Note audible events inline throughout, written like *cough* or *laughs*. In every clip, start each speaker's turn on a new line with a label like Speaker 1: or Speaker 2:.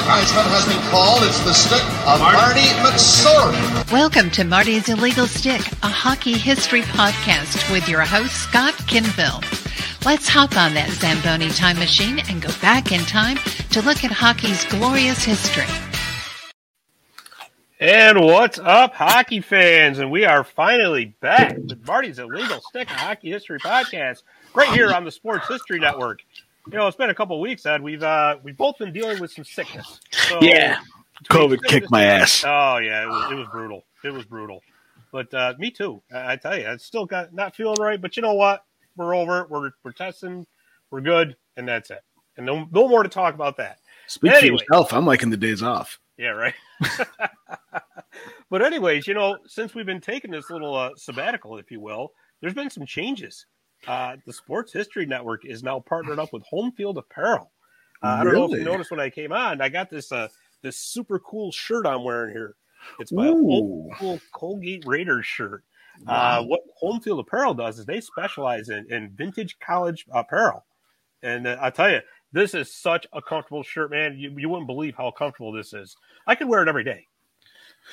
Speaker 1: punishment has been called. It's the stick of Marty, McSorley.
Speaker 2: Welcome to Marty's Illegal Stick, a hockey history podcast with your host, Scott Kinville. Let's hop on that Zamboni time machine and go back in time to look at hockey's glorious history.
Speaker 3: And what's up, hockey fans? And we are finally back with Marty's Illegal Stick a Hockey History Podcast, right here on the Sports History Network. You know, it's been a couple weeks, Ed. We've uh, we've both been dealing with some sickness. So,
Speaker 4: Yeah.
Speaker 3: between
Speaker 4: COVID
Speaker 3: sickness
Speaker 4: kicked my
Speaker 3: and-
Speaker 4: ass.
Speaker 3: Oh yeah, it was, it was brutal. It was brutal. But uh, me too. I, I tell you, I still got not feeling right. But you know what? We're over. it. We're we're testing. We're good, and that's it. And no no more to talk about that.
Speaker 4: Speak
Speaker 3: Anyway.
Speaker 4: for yourself. I'm liking the days off.
Speaker 3: Yeah, right. *laughs* but anyways, you know, since we've been taking this little uh, sabbatical, if you will, there's been some changes. Uh, the Sports History Network is now partnered up with Home Field Apparel. Uh, I don't know if you
Speaker 4: Really?
Speaker 3: noticed when I came on, I got this uh, this super cool shirt I'm wearing here. It's my
Speaker 4: Ooh.
Speaker 3: old school Colgate Raiders shirt. Uh, what Home Field Apparel does is they specialize in, in vintage college apparel. And uh, I tell you, this is such a comfortable shirt, man. You, you wouldn't believe how comfortable this is. I could wear it every day.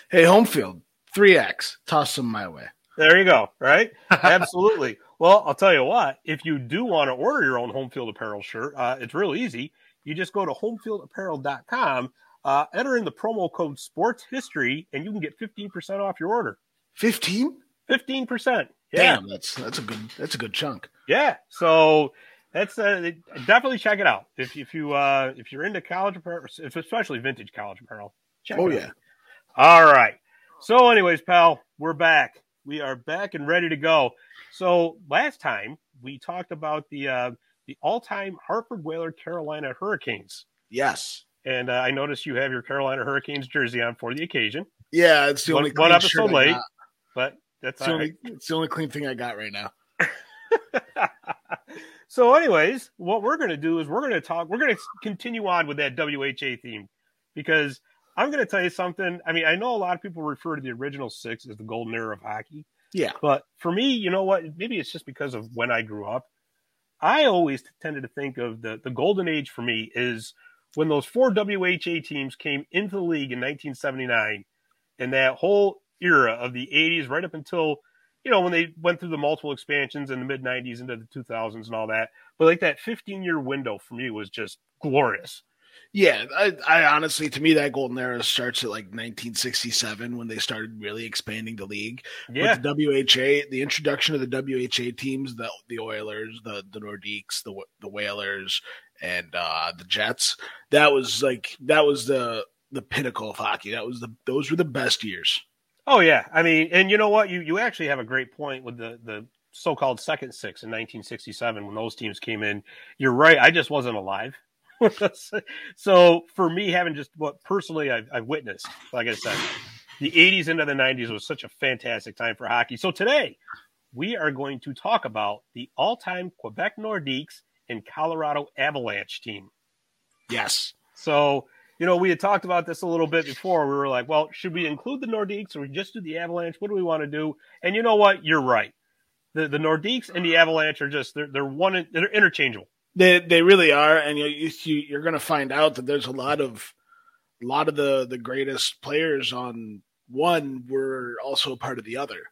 Speaker 4: Hey, home field, three X. Toss them my way.
Speaker 3: There you go.
Speaker 4: *laughs*
Speaker 3: Right? Absolutely. Well, I'll tell you what. If you do want to order your own home field apparel shirt, uh, it's real easy. You just go to homefieldapparel.com, uh, enter in the promo code Sports History, and you can get fifteen percent off your order.
Speaker 4: Fifteen.
Speaker 3: Fifteen percent.
Speaker 4: Damn, that's that's a good that's a good chunk.
Speaker 3: Yeah. So that's uh, definitely check it out if if you uh, if you're into college apparel, if especially vintage college apparel. Check
Speaker 4: Oh
Speaker 3: it out.
Speaker 4: yeah.
Speaker 3: All right. So, anyways, pal, we're back. We are back and ready to go. So last time we talked about the uh, the all time Hartford Whaler Carolina Hurricanes,
Speaker 4: Yes.
Speaker 3: and uh, I noticed you have your Carolina Hurricanes jersey on for the occasion,
Speaker 4: Yeah, it's the
Speaker 3: One-
Speaker 4: only
Speaker 3: one
Speaker 4: clean
Speaker 3: episode
Speaker 4: shirt I
Speaker 3: late.
Speaker 4: got.
Speaker 3: but that's
Speaker 4: It's the,
Speaker 3: all right.
Speaker 4: only, it's the only clean thing I got right now.
Speaker 3: *laughs* so, anyways, what we're going to do is we're going to talk. We're going to continue on with that WHA theme because I'm going to tell you something. I mean, I know a lot of people refer to the original six as the golden era of hockey.
Speaker 4: Yeah.
Speaker 3: But for me, you know what? Maybe it's just because of when I grew up. I always tended to think of the, the golden age for me is when those four WHA teams came into the league in 1979 and that whole era of the 80s right up until, you know, when they went through the multiple expansions in the mid 90s into the 2000s and all that. But like that 15 year window for me was just glorious.
Speaker 4: Yeah, I, I honestly, to me, that golden era starts at like 1967 when they started really expanding the league.
Speaker 3: Yeah.
Speaker 4: With the WHA, the introduction of the WHA teams, the the Oilers, the the Nordiques, the Wh- the Whalers, and uh, the Jets. That was like that was the the pinnacle of hockey. That was the those were the best years.
Speaker 3: Oh, yeah. I mean, and you know what? You, you actually have a great point with the, the so called second six in 1967 when those teams came in. You're right. I just wasn't alive. *laughs* so for me, having just what personally I've, I've witnessed, like I said, the 80s into the 90s was such a fantastic time for hockey. So today we are going to talk about the all time Quebec Nordiques and Colorado Avalanche team.
Speaker 4: Yes.
Speaker 3: So, you know, we had talked about this a little bit before. We were like, well, should we include the Nordiques or just do the Avalanche? What do we want to do? And you know what? You're right. The the Nordiques and the Avalanche are just they're they're one in- they're interchangeable.
Speaker 4: They they really are, and you, you you- you're going to find out that there's a lot of a lot of the the greatest players on one were also part of the other.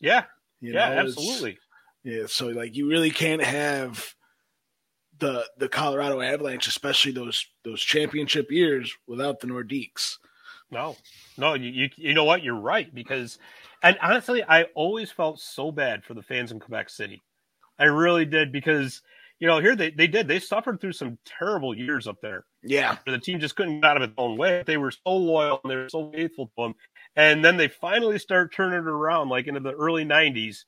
Speaker 3: Yeah,
Speaker 4: You
Speaker 3: yeah,
Speaker 4: know, it's-
Speaker 3: absolutely.
Speaker 4: Yeah, so like you really can't have the the Colorado Avalanche, especially those those championship years, without the Nordiques.
Speaker 3: No, no, you, you you know what? You're right because, and honestly, I always felt so bad for the fans in Quebec City. I really did because you know here they they did they suffered through some terrible years up there.
Speaker 4: Yeah,
Speaker 3: where the team just couldn't get out of its own way. They were so loyal and they were so faithful to him. And then they finally start turning it around, like into the early '90s.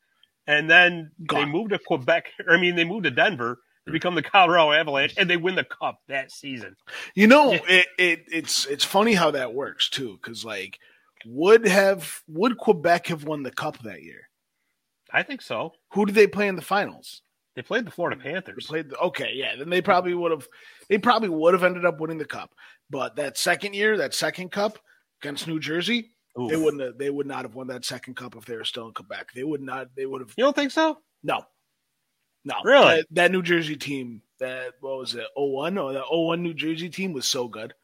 Speaker 3: And then they
Speaker 4: Gone.
Speaker 3: moved to Quebec. *laughs* I mean, they moved to Denver to
Speaker 4: Mm.
Speaker 3: become the Colorado Avalanche, and they win the Cup that season.
Speaker 4: you know
Speaker 3: Yeah.
Speaker 4: it, it it's it's funny how that works too, because like would have would Quebec have won the cup that year?
Speaker 3: I think so.
Speaker 4: Who did they play in the finals?
Speaker 3: They played the Florida
Speaker 4: They
Speaker 3: Panthers.
Speaker 4: played the, okay, yeah. Then they probably would have they probably would have ended up winning the cup. But that second year, that second cup against New Jersey,
Speaker 3: Oof.
Speaker 4: they wouldn't have, they would not have won that second cup if they were still in Quebec. They would not they would have
Speaker 3: You don't think so?
Speaker 4: No. No.
Speaker 3: Really?
Speaker 4: That, that oh New Jersey team, that what was it, 01? Oh, that 01 New Jersey team was so good.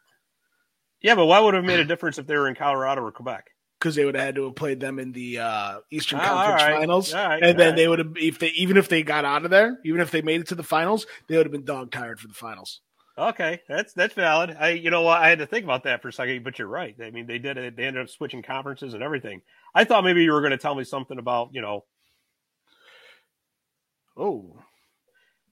Speaker 3: Yeah, but why would it have made a difference if they were in Colorado or Quebec?
Speaker 4: because they would have had to have played them in the uh, Eastern
Speaker 3: Ah,
Speaker 4: Conference
Speaker 3: all right.
Speaker 4: Finals,
Speaker 3: All right, all
Speaker 4: and then
Speaker 3: right.
Speaker 4: they would have if they even if they got out of there, even if they made it to the finals, they would have been dog tired for the finals.
Speaker 3: Okay, that's that's valid. I you know what I had to think about that for a second, but you're right. I mean, they did it. They ended up switching conferences and everything. I thought maybe you were going to tell me something about you know
Speaker 4: Oh,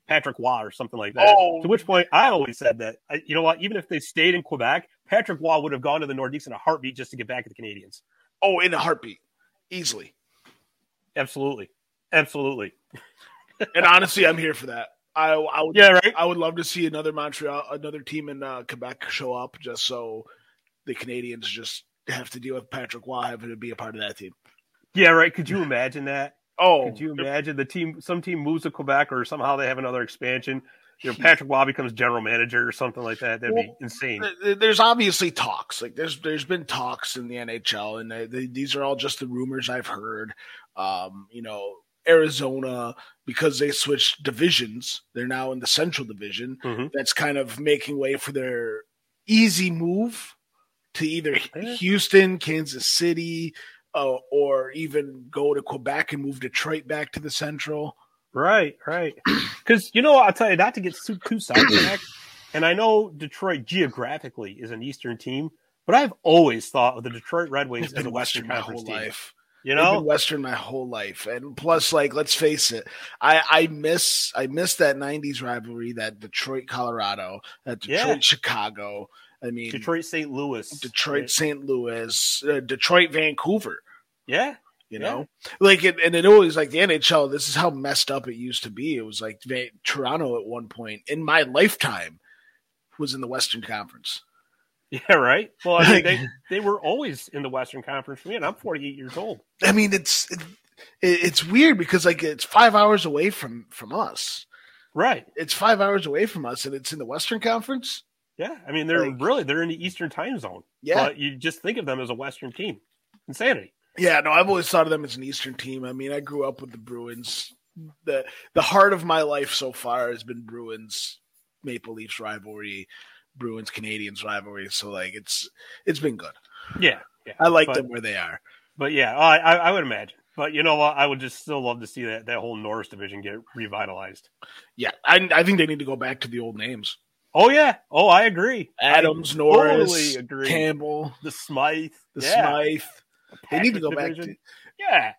Speaker 3: Patrick Waugh or something like that.
Speaker 4: Oh.
Speaker 3: To which point, I always said that I, you know what, even if they stayed in Quebec, Patrick Waugh would have gone to the Nordiques in a heartbeat just to get back at the Canadians.
Speaker 4: oh, in a heartbeat, easily.
Speaker 3: Absolutely, absolutely.
Speaker 4: And honestly, I'm here for that. I I would
Speaker 3: Yeah, right.
Speaker 4: I would love to see another Montreal, another team in uh, Quebec show up just so the Canadians just have to deal with Patrick Waugh having to be a part of that team.
Speaker 3: Yeah, right. Could you imagine that?
Speaker 4: Oh,
Speaker 3: Could you imagine the team? Some team moves to Quebec, or somehow they have another expansion. You know, Patrick Waugh becomes general manager or something like that. That'd be
Speaker 4: Well,
Speaker 3: insane.
Speaker 4: th- there's obviously talks like there's there's been talks in the NHL and they, they, these are all just the rumors I've heard um you know Arizona because they switched divisions they're now in the central division
Speaker 3: Mhm.
Speaker 4: that's kind of making way for their easy move to either H-
Speaker 3: Yeah.
Speaker 4: Houston Kansas City uh, or even go to Quebec and move Detroit back to the central
Speaker 3: Right, right. *clears throat* Because you know, I'll tell you not to get too, too
Speaker 4: *clears throat*
Speaker 3: sidetracked. and I know Detroit geographically is an Eastern team, but I've always thought of the Detroit Red Wings
Speaker 4: They've
Speaker 3: as a
Speaker 4: been
Speaker 3: Western
Speaker 4: my whole
Speaker 3: Conference team.
Speaker 4: life
Speaker 3: You
Speaker 4: I've been
Speaker 3: know,
Speaker 4: Western my whole life, and plus, like, let's face it, I I miss I miss that '90s rivalry, that Detroit Colorado, that
Speaker 3: Yeah.
Speaker 4: Detroit Chicago. I mean, Detroit,
Speaker 3: Detroit, St. Louis,
Speaker 4: St. Louis, uh, Detroit Vancouver.
Speaker 3: Yeah, *laughs* Yeah.
Speaker 4: You know, like, it, and it always like the NHL. This is how messed up it used to be. It was like Va- Toronto at one point in my lifetime was in the Western Conference.
Speaker 3: yeah, right. Well, I mean,
Speaker 4: Like- *laughs*
Speaker 3: they they were always in the Western Conference for me, and I'm 48 years old.
Speaker 4: I mean, it's it, it's weird because like it's five hours away from from us.
Speaker 3: Right.
Speaker 4: it's five hours away from us and it's in the Western Conference.
Speaker 3: Yeah. I mean, they're
Speaker 4: Like-
Speaker 3: really they're in the Eastern time zone.
Speaker 4: Yeah.
Speaker 3: But you just think of them as a Western team. Insanity.
Speaker 4: yeah, no, I've always thought of them as an Eastern team. I mean, I grew up with the Bruins. The the heart of my life so far has been Bruins Maple Leafs rivalry, Bruins Canadians rivalry. So like it's it's been good.
Speaker 3: Yeah. Yeah.
Speaker 4: I like
Speaker 3: But-
Speaker 4: them where they are.
Speaker 3: But yeah, oh, I, I I would imagine. But you know what? I would just still love to see that, that whole Norris division get revitalized.
Speaker 4: Yeah. I I think they need to go back to the old names.
Speaker 3: Oh yeah. Oh, I agree.
Speaker 4: Adams,
Speaker 3: totally
Speaker 4: Norris,
Speaker 3: agree.
Speaker 4: Campbell,
Speaker 3: The Smythe.
Speaker 4: the
Speaker 3: yeah.
Speaker 4: Smythe. They need to
Speaker 3: Patrick
Speaker 4: go back to
Speaker 3: division. yeah.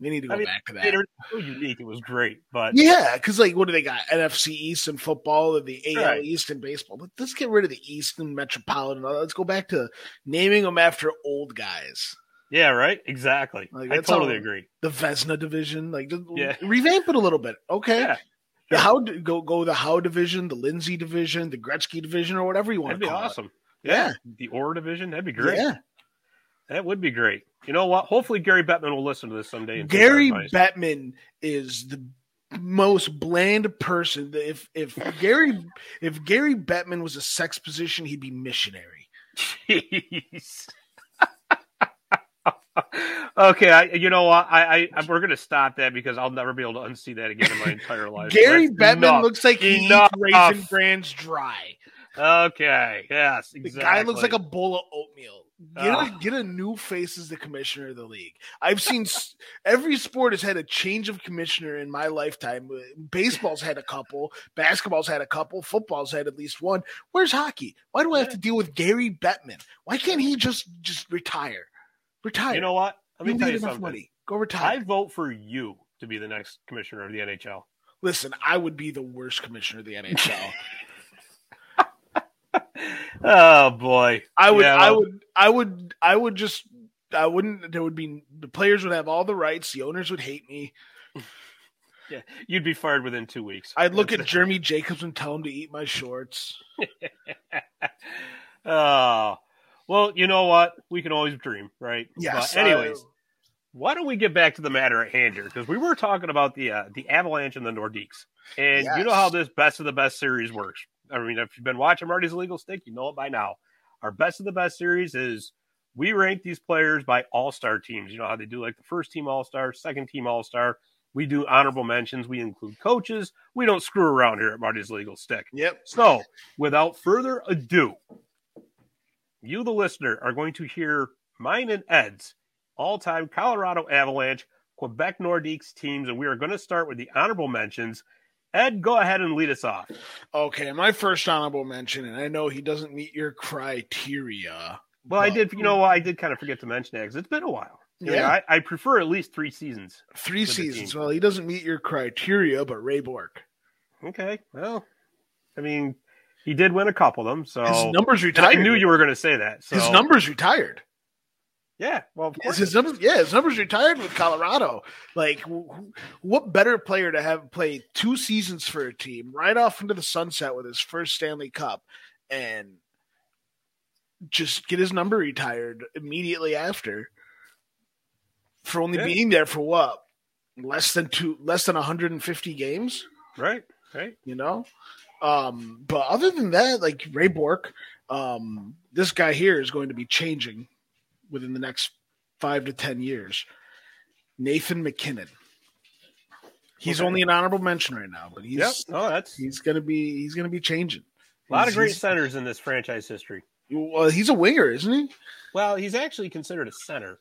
Speaker 4: they need to go
Speaker 3: I mean,
Speaker 4: back to that.
Speaker 3: It was so unique. It was great. But
Speaker 4: Yeah, because like, what do they got? NFC East in football and the AL
Speaker 3: Right.
Speaker 4: East in baseball. Let- Let's get rid of the East and Metropolitan. Uh, Let's go back to naming them after old guys.
Speaker 3: yeah, right. Exactly.
Speaker 4: Like,
Speaker 3: I
Speaker 4: that's
Speaker 3: totally
Speaker 4: all-
Speaker 3: agree.
Speaker 4: The Vesna division, like, just
Speaker 3: Yeah.
Speaker 4: revamp it a little bit. Okay,
Speaker 3: Yeah.
Speaker 4: the how go go the How division, the Lindsay division, the Gretzky division, or whatever you want
Speaker 3: That'd
Speaker 4: to
Speaker 3: be
Speaker 4: call
Speaker 3: awesome.
Speaker 4: Yeah.
Speaker 3: The Orr division, that'd be
Speaker 4: it.
Speaker 3: great.
Speaker 4: Yeah,
Speaker 3: That would be great. You know what? Hopefully Gary Bettman will listen to this someday. And take our
Speaker 4: Gary
Speaker 3: advice.
Speaker 4: Bettman is the most bland person. If if Gary if Gary Bettman was a sex position, he'd be missionary.
Speaker 3: Jeez. *laughs* okay, I, you know what? I, I, I we're gonna stop that because I'll never be able to unsee that again in my
Speaker 4: *laughs*
Speaker 3: entire life.
Speaker 4: Gary
Speaker 3: That's
Speaker 4: Bettman
Speaker 3: enough.
Speaker 4: looks like he
Speaker 3: Enough.
Speaker 4: eats Raisin Brands dry.
Speaker 3: Okay. Yes.
Speaker 4: The
Speaker 3: Exactly.
Speaker 4: guy looks like a bowl of oatmeal. Get a,
Speaker 3: Ugh.
Speaker 4: get a new face as the commissioner of the league. I've seen s- *laughs* every sport has had a change of commissioner in my lifetime. Baseball's had a couple, basketball's had a couple, football's had at least one. Where's hockey? Why do I have to deal with Gary Bettman? Why can't he just just retire? Retire.
Speaker 3: You know what? Let me
Speaker 4: You
Speaker 3: tell
Speaker 4: made
Speaker 3: you
Speaker 4: enough
Speaker 3: something.
Speaker 4: money. Go retire.
Speaker 3: I vote for you to be the next commissioner of the NHL.
Speaker 4: Listen, I would be the worst commissioner of the NHL.
Speaker 3: Oh boy.
Speaker 4: I would,
Speaker 3: Yeah,
Speaker 4: I
Speaker 3: well-
Speaker 4: would, I would, I would just, I wouldn't. There would be the players would have all the rights. The owners would hate me.
Speaker 3: Yeah. You'd be fired within two weeks.
Speaker 4: I'd look at Jeremy Jacobs and tell him to eat my shorts.
Speaker 3: *laughs* oh. Well, you know what? We can always dream, right?
Speaker 4: Yes.
Speaker 3: But anyways. why don't we get back to the matter at hand here? Because we were talking about the uh, the Avalanche and the Nordiques, and you know
Speaker 4: Yes.
Speaker 3: how this best of the best series works. I mean, if you've been watching Marty's Legal Stick, you know it by now. Our best of the best series is we rank these players by all star teams. You know how they do like the first team all star, second team all star. We do honorable mentions. We include coaches. We don't screw around here at Marty's Legal Stick.
Speaker 4: yep.
Speaker 3: So, without further ado, you, the listener, are going to hear mine and Ed's all time Colorado Avalanche, Quebec Nordiques teams. And we are going to start with the honorable mentions. Ed, go ahead and lead us off.
Speaker 4: Okay, my first honorable mention, and I know he doesn't meet your criteria.
Speaker 3: Well, I did, you know, I did kind of forget to mention that because it's been a while. Yeah,
Speaker 4: Yeah.
Speaker 3: I, I prefer at least three seasons.
Speaker 4: Three
Speaker 3: the team.
Speaker 4: seasons. Well, he doesn't meet your criteria, but Ray Bork.
Speaker 3: Okay, well, I mean, he did win a couple of them, so
Speaker 4: His numbers
Speaker 3: Oh, And I
Speaker 4: retired.
Speaker 3: knew you were going to say that. So
Speaker 4: His numbers retired.
Speaker 3: yeah. Well, of
Speaker 4: Is
Speaker 3: course.
Speaker 4: his numbers? Yeah, his numbers retired with Colorado. Like, wh- what better player to have play two seasons for a team right off into the sunset with his first Stanley Cup, and just get his number retired immediately after for only
Speaker 3: Yeah.
Speaker 4: being there for what less than two, less than 150 games
Speaker 3: right, right.
Speaker 4: you know. Um, but other than that, like Ray Bork, um, this guy here is going to be changing within the next five to ten years. Nathan McKinnon. He's
Speaker 3: Okay.
Speaker 4: only an honorable mention right now, but he's
Speaker 3: Yep. Oh, that's a
Speaker 4: he's gonna be he's gonna be changing.
Speaker 3: lot of
Speaker 4: He's-
Speaker 3: great
Speaker 4: he's-
Speaker 3: centers in this franchise history.
Speaker 4: Well, he's a winger,
Speaker 3: *laughs*
Speaker 4: isn't he?
Speaker 3: Well, he's actually considered a center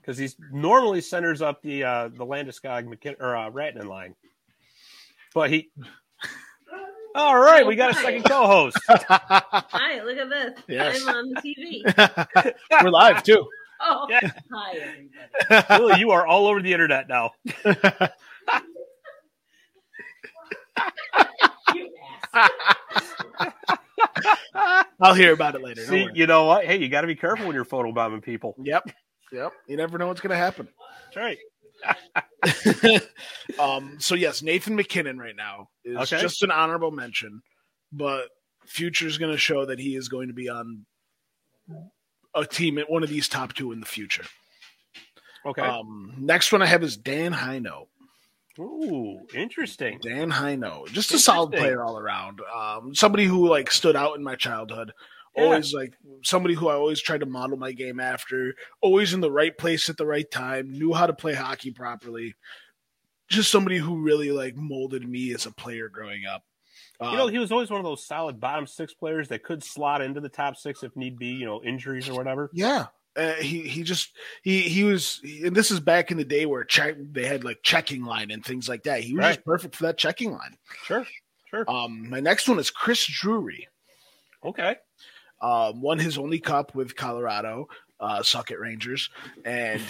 Speaker 3: because he's normally centers up the uh, the Landeskog McKin- or uh, Ratnan line, but he. All right, we got a second co-host.
Speaker 5: Hi, look at this.
Speaker 4: Yes.
Speaker 5: I'm on the TV.
Speaker 4: We're live too.
Speaker 5: Oh,
Speaker 3: Yeah.
Speaker 5: hi, everybody.
Speaker 3: Lily, you are all over the internet *laughs* now.
Speaker 5: You ass.
Speaker 4: I'll hear about it later. don't
Speaker 3: See,
Speaker 4: worry.
Speaker 3: you know what? Hey, you got to be careful when you're photobombing people.
Speaker 4: Yep. Yep. You never know what's gonna happen.
Speaker 3: That's right.
Speaker 4: um, so yes, Nathan McKinnon right now is
Speaker 3: Okay.
Speaker 4: just an honorable mention, but future's going to show that he is going to be on a team at one of these top two in the future.
Speaker 3: Okay.
Speaker 4: Um, next one I have is Dan Hino.
Speaker 3: Ooh, interesting.
Speaker 4: Dan Hino, just a solid
Speaker 3: Interesting.
Speaker 4: player all around. Um, somebody who like stood out in my childhood.
Speaker 3: Yeah.
Speaker 4: Always like somebody who I always tried to model my game after. Always in the right place at the right time. Knew how to play hockey properly. Just somebody who really like molded me as a player growing up. Um,
Speaker 3: You know, he was always one of those solid bottom six players that could slot into the top six if need be, you know, injuries or whatever.
Speaker 4: yeah. Uh, he he just he he was and this is back in the day where check they had like checking line and things like that. He was just
Speaker 3: Right.
Speaker 4: perfect for that checking line.
Speaker 3: Sure, sure.
Speaker 4: Um, my next one is Chris Drury.
Speaker 3: Okay.
Speaker 4: um, won his only cup with Colorado, uh, suck it Rangers, and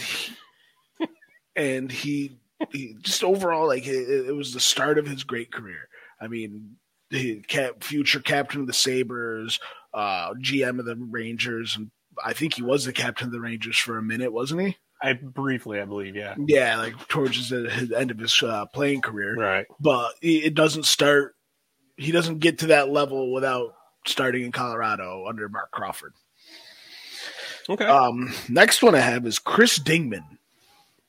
Speaker 4: and he, he just overall like it, it was the start of his great career. I mean, he cap, future captain of the Sabers, uh, GM of the Rangers, and I think he was the captain of the Rangers for a minute, wasn't he?
Speaker 3: I briefly, I believe, yeah.
Speaker 4: Yeah, like towards the his end of his uh, playing career
Speaker 3: Right.
Speaker 4: but it it doesn't start. He doesn't get to that level without starting in Colorado under Mark Crawford.
Speaker 3: Okay.
Speaker 4: Um, next one I have is Chris Dingman,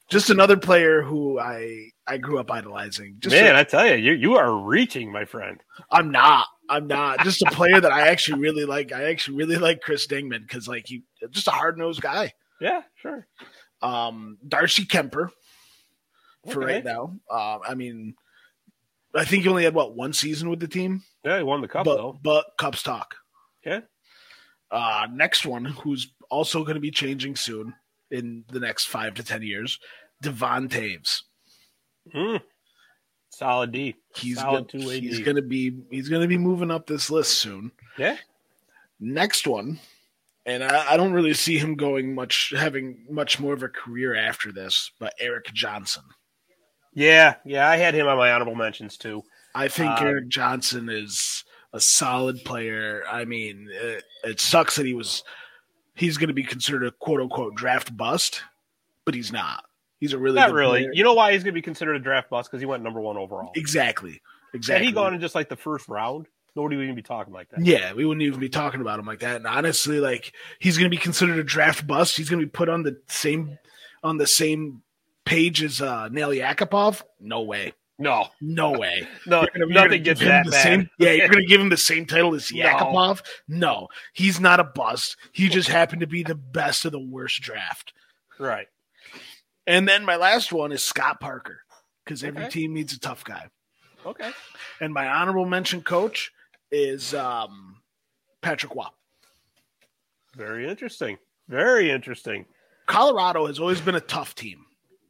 Speaker 4: just another player who I I grew up idolizing. Just
Speaker 3: Man,
Speaker 4: a-
Speaker 3: I tell you, you you are reaching, my friend.
Speaker 4: I'm not. I'm not just a player that I actually really like. I actually really like Chris Dingman because like he just a hard nosed guy.
Speaker 3: Yeah, sure.
Speaker 4: Um, Darcy Kemper for
Speaker 3: Okay.
Speaker 4: right now. Um, I mean, I think he only had what one season with the team.
Speaker 3: Yeah, he won the cup
Speaker 4: but,
Speaker 3: though.
Speaker 4: But Cubs talk.
Speaker 3: Yeah.
Speaker 4: Uh, next one, who's also going to be changing soon in the next five to ten years, Devon Taves.
Speaker 3: Mm. Solid D.
Speaker 4: He's
Speaker 3: Solid
Speaker 4: gonna,
Speaker 3: two-way
Speaker 4: he's
Speaker 3: D.
Speaker 4: going to be he's going to be moving up this list soon.
Speaker 3: Yeah.
Speaker 4: Next one, and I, I don't really see him going much having much more of a career after this. But Eric Johnson,
Speaker 3: Yeah, yeah. I had him on my honorable mentions too.
Speaker 4: I think
Speaker 3: Uh,
Speaker 4: Eric Johnson is a solid player. I mean, it, it sucks that he was he's going to be considered a quote unquote draft bust, but he's not. He's a really
Speaker 3: Not
Speaker 4: good
Speaker 3: really.
Speaker 4: player.
Speaker 3: You know why he's gonna be considered a draft bust? Because he went number one overall.
Speaker 4: exactly
Speaker 3: Had
Speaker 4: exactly.
Speaker 3: he gone in just like the first round, nobody would even be talking like that.
Speaker 4: yeah, we wouldn't even be talking about him like that. And honestly, like he's going to be considered a draft bust. He's going to be put on the same on the same page as uh, Nail Yakupov. No way.
Speaker 3: No,
Speaker 4: No way.
Speaker 3: no,
Speaker 4: You're gonna
Speaker 3: nothing gets
Speaker 4: give him
Speaker 3: that
Speaker 4: the
Speaker 3: bad.
Speaker 4: Same, yeah, you're going to give him the same title as
Speaker 3: No.
Speaker 4: Yakupov? No. he's not a bust. He just happened to be the best of the worst draft.
Speaker 3: *laughs* Right.
Speaker 4: And then my last one is Scott Parker because every
Speaker 3: Okay.
Speaker 4: team needs a tough guy.
Speaker 3: Okay.
Speaker 4: And my honorable mention coach is um, Patrick Waugh.
Speaker 3: Very interesting. Very interesting.
Speaker 4: Colorado has always been a tough team,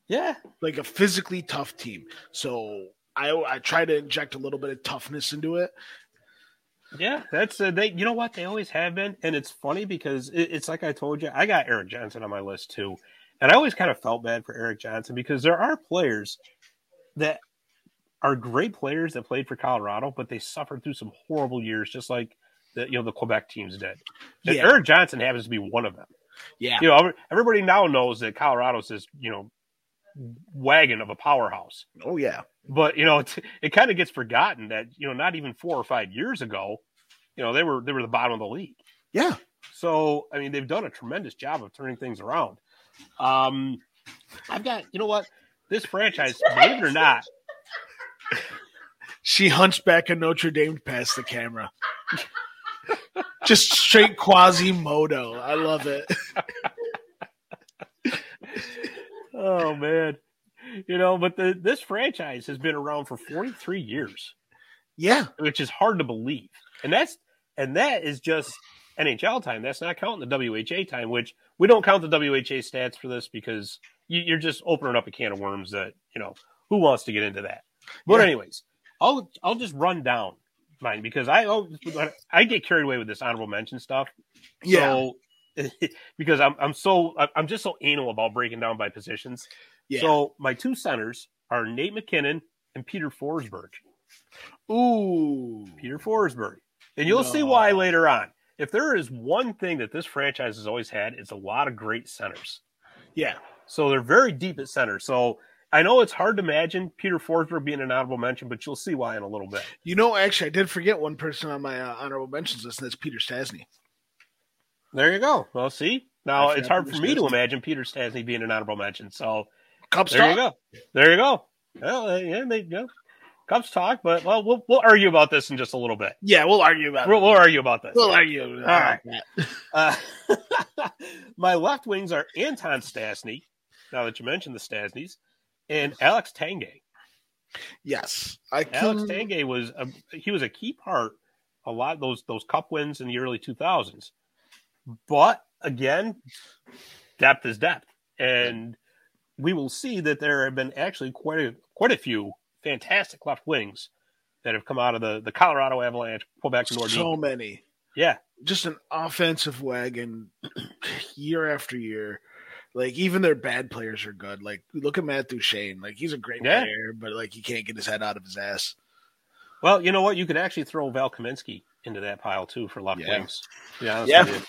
Speaker 3: Yeah.
Speaker 4: like a physically tough team. So I I try to inject a little bit of toughness into it.
Speaker 3: Yeah, that's uh, they. You know what? They always have been, and it's funny because it, it's like I told you, I got Eric Johnson on my list too, and I always kind of felt bad for Eric Johnson because there are players that are great players that played for Colorado, but they suffered through some horrible years, just like the you know the Quebec teams did. And
Speaker 4: Yeah.
Speaker 3: Eric Johnson happens to be one of them.
Speaker 4: Yeah.
Speaker 3: You know, every- everybody now knows that Colorado's this you know wagon of a powerhouse
Speaker 4: Oh yeah.
Speaker 3: but you know *laughs* it's, it kind of gets forgotten that you know not even four or five years ago you know they were they were the bottom of the league
Speaker 4: Yeah.
Speaker 3: so i mean they've done a tremendous job of turning things around um i've got you know what this franchise believe it or not
Speaker 4: She hunchback of Notre Dame past the camera. *laughs* Just straight Quasimodo. I love it.
Speaker 3: *laughs* oh man you know but the, this franchise has been around for 43 years
Speaker 4: Yeah.
Speaker 3: which is hard to believe. And that's and that is just NHL time. That's not counting the WHA time, which we don't count the WHA stats for this because you, you're just opening up a can of worms that you know who wants to get into that. But
Speaker 4: Yeah.
Speaker 3: anyways, I'll I'll just run down mine because I always- I get carried away with this honorable mention stuff.
Speaker 4: Yeah.
Speaker 3: So, *laughs* because I'm I'm so I'm just so anal about breaking down by positions.
Speaker 4: yeah.
Speaker 3: So my two centers are Nate McKinnon and Peter Forsberg.
Speaker 4: Ooh.
Speaker 3: Peter Forsberg. And you'll see
Speaker 4: No.
Speaker 3: why later on. If there is one thing that this franchise has always had, it's a lot of great centers.
Speaker 4: Yeah.
Speaker 3: So they're very deep at center. So I know it's hard to imagine Peter Forsberg being an honorable mention, but you'll see why in a little bit.
Speaker 4: You know, actually, I did forget one person on my uh, honorable mentions list, and that's Peter Stasny.
Speaker 3: There you go. Well, see, now
Speaker 4: That's
Speaker 3: it's hard
Speaker 4: Peter
Speaker 3: for me to
Speaker 4: Stasny.
Speaker 3: imagine Peter Stasny being an honorable mention. So
Speaker 4: Cups
Speaker 3: there you
Speaker 4: talk.
Speaker 3: go. There you go. Well, uh, yeah, they go. Cubs talk, but well, we'll we'll argue about this in just a little bit.
Speaker 4: Yeah, we'll argue about
Speaker 3: We'll,
Speaker 4: it.
Speaker 3: we'll argue about this.
Speaker 4: We'll argue. All
Speaker 3: right.
Speaker 4: right.
Speaker 3: Uh, *laughs* my left wings are Anton Stasny, now that you mentioned the Stasnys, and Alex Tanguay.
Speaker 4: Yes. I
Speaker 3: Alex
Speaker 4: can-
Speaker 3: Tanguay was a, he was a key part a lot of those those cup wins in the early 2000s. But again, depth is depth, and we will see that there have been actually quite a quite a few fantastic left wings that have come out of the the Colorado Avalanche, Quebec Nordiques.
Speaker 4: so many.
Speaker 3: yeah,
Speaker 4: just an offensive wagon *clears throat* year after year. Like even their bad players are good. Like look at Matt Duchene. Like he's a great
Speaker 3: Yeah.
Speaker 4: player, but like he can't get his head out of his ass.
Speaker 3: Well, you know what? You could actually throw Val Kaminsky into that pile too for left
Speaker 4: Yeah.
Speaker 3: wings. Yeah,
Speaker 4: Yeah.
Speaker 3: You.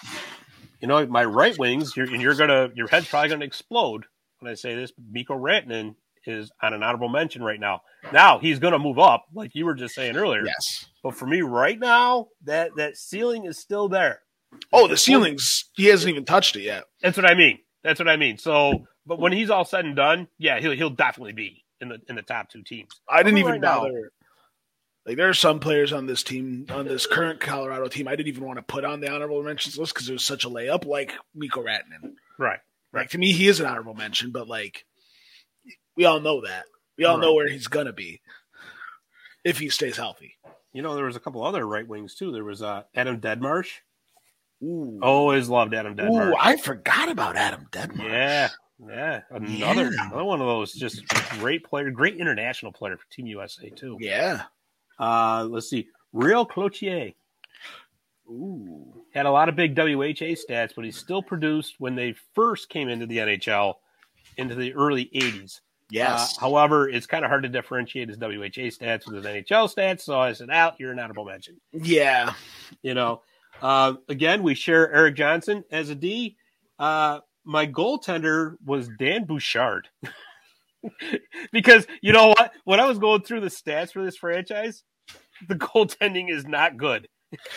Speaker 3: You know, my right wings, you're, and you're gonna your head's probably gonna explode when I say this. Miko Rantanen is on an honorable mention right now. Now he's gonna move up, like you were just saying earlier.
Speaker 4: Yes.
Speaker 3: But for me, right now, that that ceiling is still there.
Speaker 4: Oh, the ceilings. He hasn't even touched it yet.
Speaker 3: That's what I mean. That's what I mean. So, but when he's all said and done, yeah, he'll he'll definitely be in the in the top two teams.
Speaker 4: I didn't
Speaker 3: Over
Speaker 4: even
Speaker 3: right now.
Speaker 4: bother. Like there are some players on this team, on this current Colorado team, I didn't even want to put on the honorable mentions list because it was such a layup. Like Miko Ratnan.
Speaker 3: Right.
Speaker 4: Like to me, he is an honorable mention, but like we all know that. We all know where he's gonna be if he stays healthy.
Speaker 3: You know, there was a couple other right wings too. There was uh, Adam Deadmarsh.
Speaker 4: Ooh.
Speaker 3: Always loved Adam Oh, Denmark.
Speaker 4: Ooh, I forgot about Adam Denmark.
Speaker 3: yeah, yeah. Another
Speaker 4: Yeah.
Speaker 3: another one of those just great player, great international player for Team USA too.
Speaker 4: Yeah.
Speaker 3: Uh, let's see, Real Cloutier
Speaker 4: Ooh.
Speaker 3: had a lot of big WHA stats, but he still produced when they first came into the NHL into the early '80s.
Speaker 4: Yes.
Speaker 3: Uh, however, it's kind of hard to differentiate his WHA stats with his NHL stats, so I said, "Out, you're an honorable mention."
Speaker 4: yeah.
Speaker 3: You know, uh, again, we share Eric Johnson as a D. Uh, my goaltender was Dan Bouchard. *laughs* because you know what? When I was going through the stats for this franchise, the goaltending is not good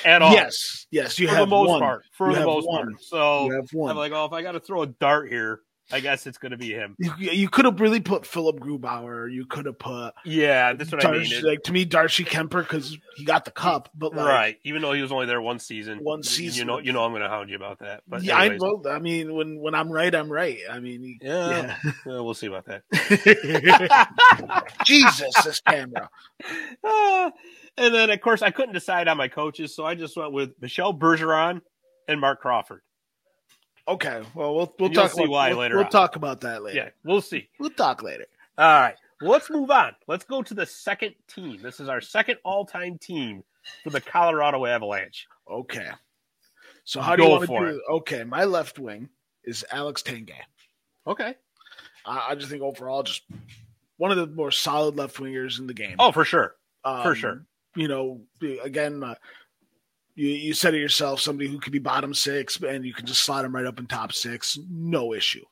Speaker 3: at all.
Speaker 4: Yes. Yes. You
Speaker 3: for
Speaker 4: have
Speaker 3: the most
Speaker 4: one.
Speaker 3: part. For
Speaker 4: You
Speaker 3: the
Speaker 4: have
Speaker 3: most
Speaker 4: one.
Speaker 3: part. So
Speaker 4: You have
Speaker 3: I'm
Speaker 4: one.
Speaker 3: like, oh, if I got to throw a dart here, I guess it's going to be him.
Speaker 4: you, you could have really put Philip Grubauer. You could have put
Speaker 3: Yeah, that's what I mean.
Speaker 4: Darcy-
Speaker 3: It-
Speaker 4: like to me Darcy Kemper because he got the cup, but like
Speaker 3: right. Even though he was only there one season.
Speaker 4: One
Speaker 3: You
Speaker 4: season.
Speaker 3: know, you know I'm going to hound you about that. But
Speaker 4: yeah, I,
Speaker 3: anyways,
Speaker 4: well, I mean when when I'm right, I'm right. I mean he-
Speaker 3: Yeah. uh, we'll see about that.
Speaker 4: yeah. *laughs* Jesus, this camera.
Speaker 3: Ah, and then, of course, I couldn't decide on my coaches, so I just went with Michelle Bergeron and Mark Crawford.
Speaker 4: Okay. Well, we'll we'll
Speaker 3: And you'll
Speaker 4: talk
Speaker 3: see
Speaker 4: about-
Speaker 3: why
Speaker 4: we'll,
Speaker 3: later
Speaker 4: We'll
Speaker 3: on.
Speaker 4: talk about that later.
Speaker 3: Yeah, we'll see.
Speaker 4: We'll talk later.
Speaker 3: All right. Well, let's move on. Let's go to the second team. This is our second all time team for the Colorado Avalanche.
Speaker 4: Okay. So how do
Speaker 3: Go
Speaker 4: you want to
Speaker 3: for
Speaker 4: do? Okay, my left wing is Alex Tenge.
Speaker 3: Okay.
Speaker 4: I, I just think overall, just one of the more solid left wingers in the game.
Speaker 3: Oh, for sure.
Speaker 4: Um,
Speaker 3: for sure.
Speaker 4: You know, again, uh, you you said it yourself, somebody who could be bottom six and you can just slot him right up in top six, no issue.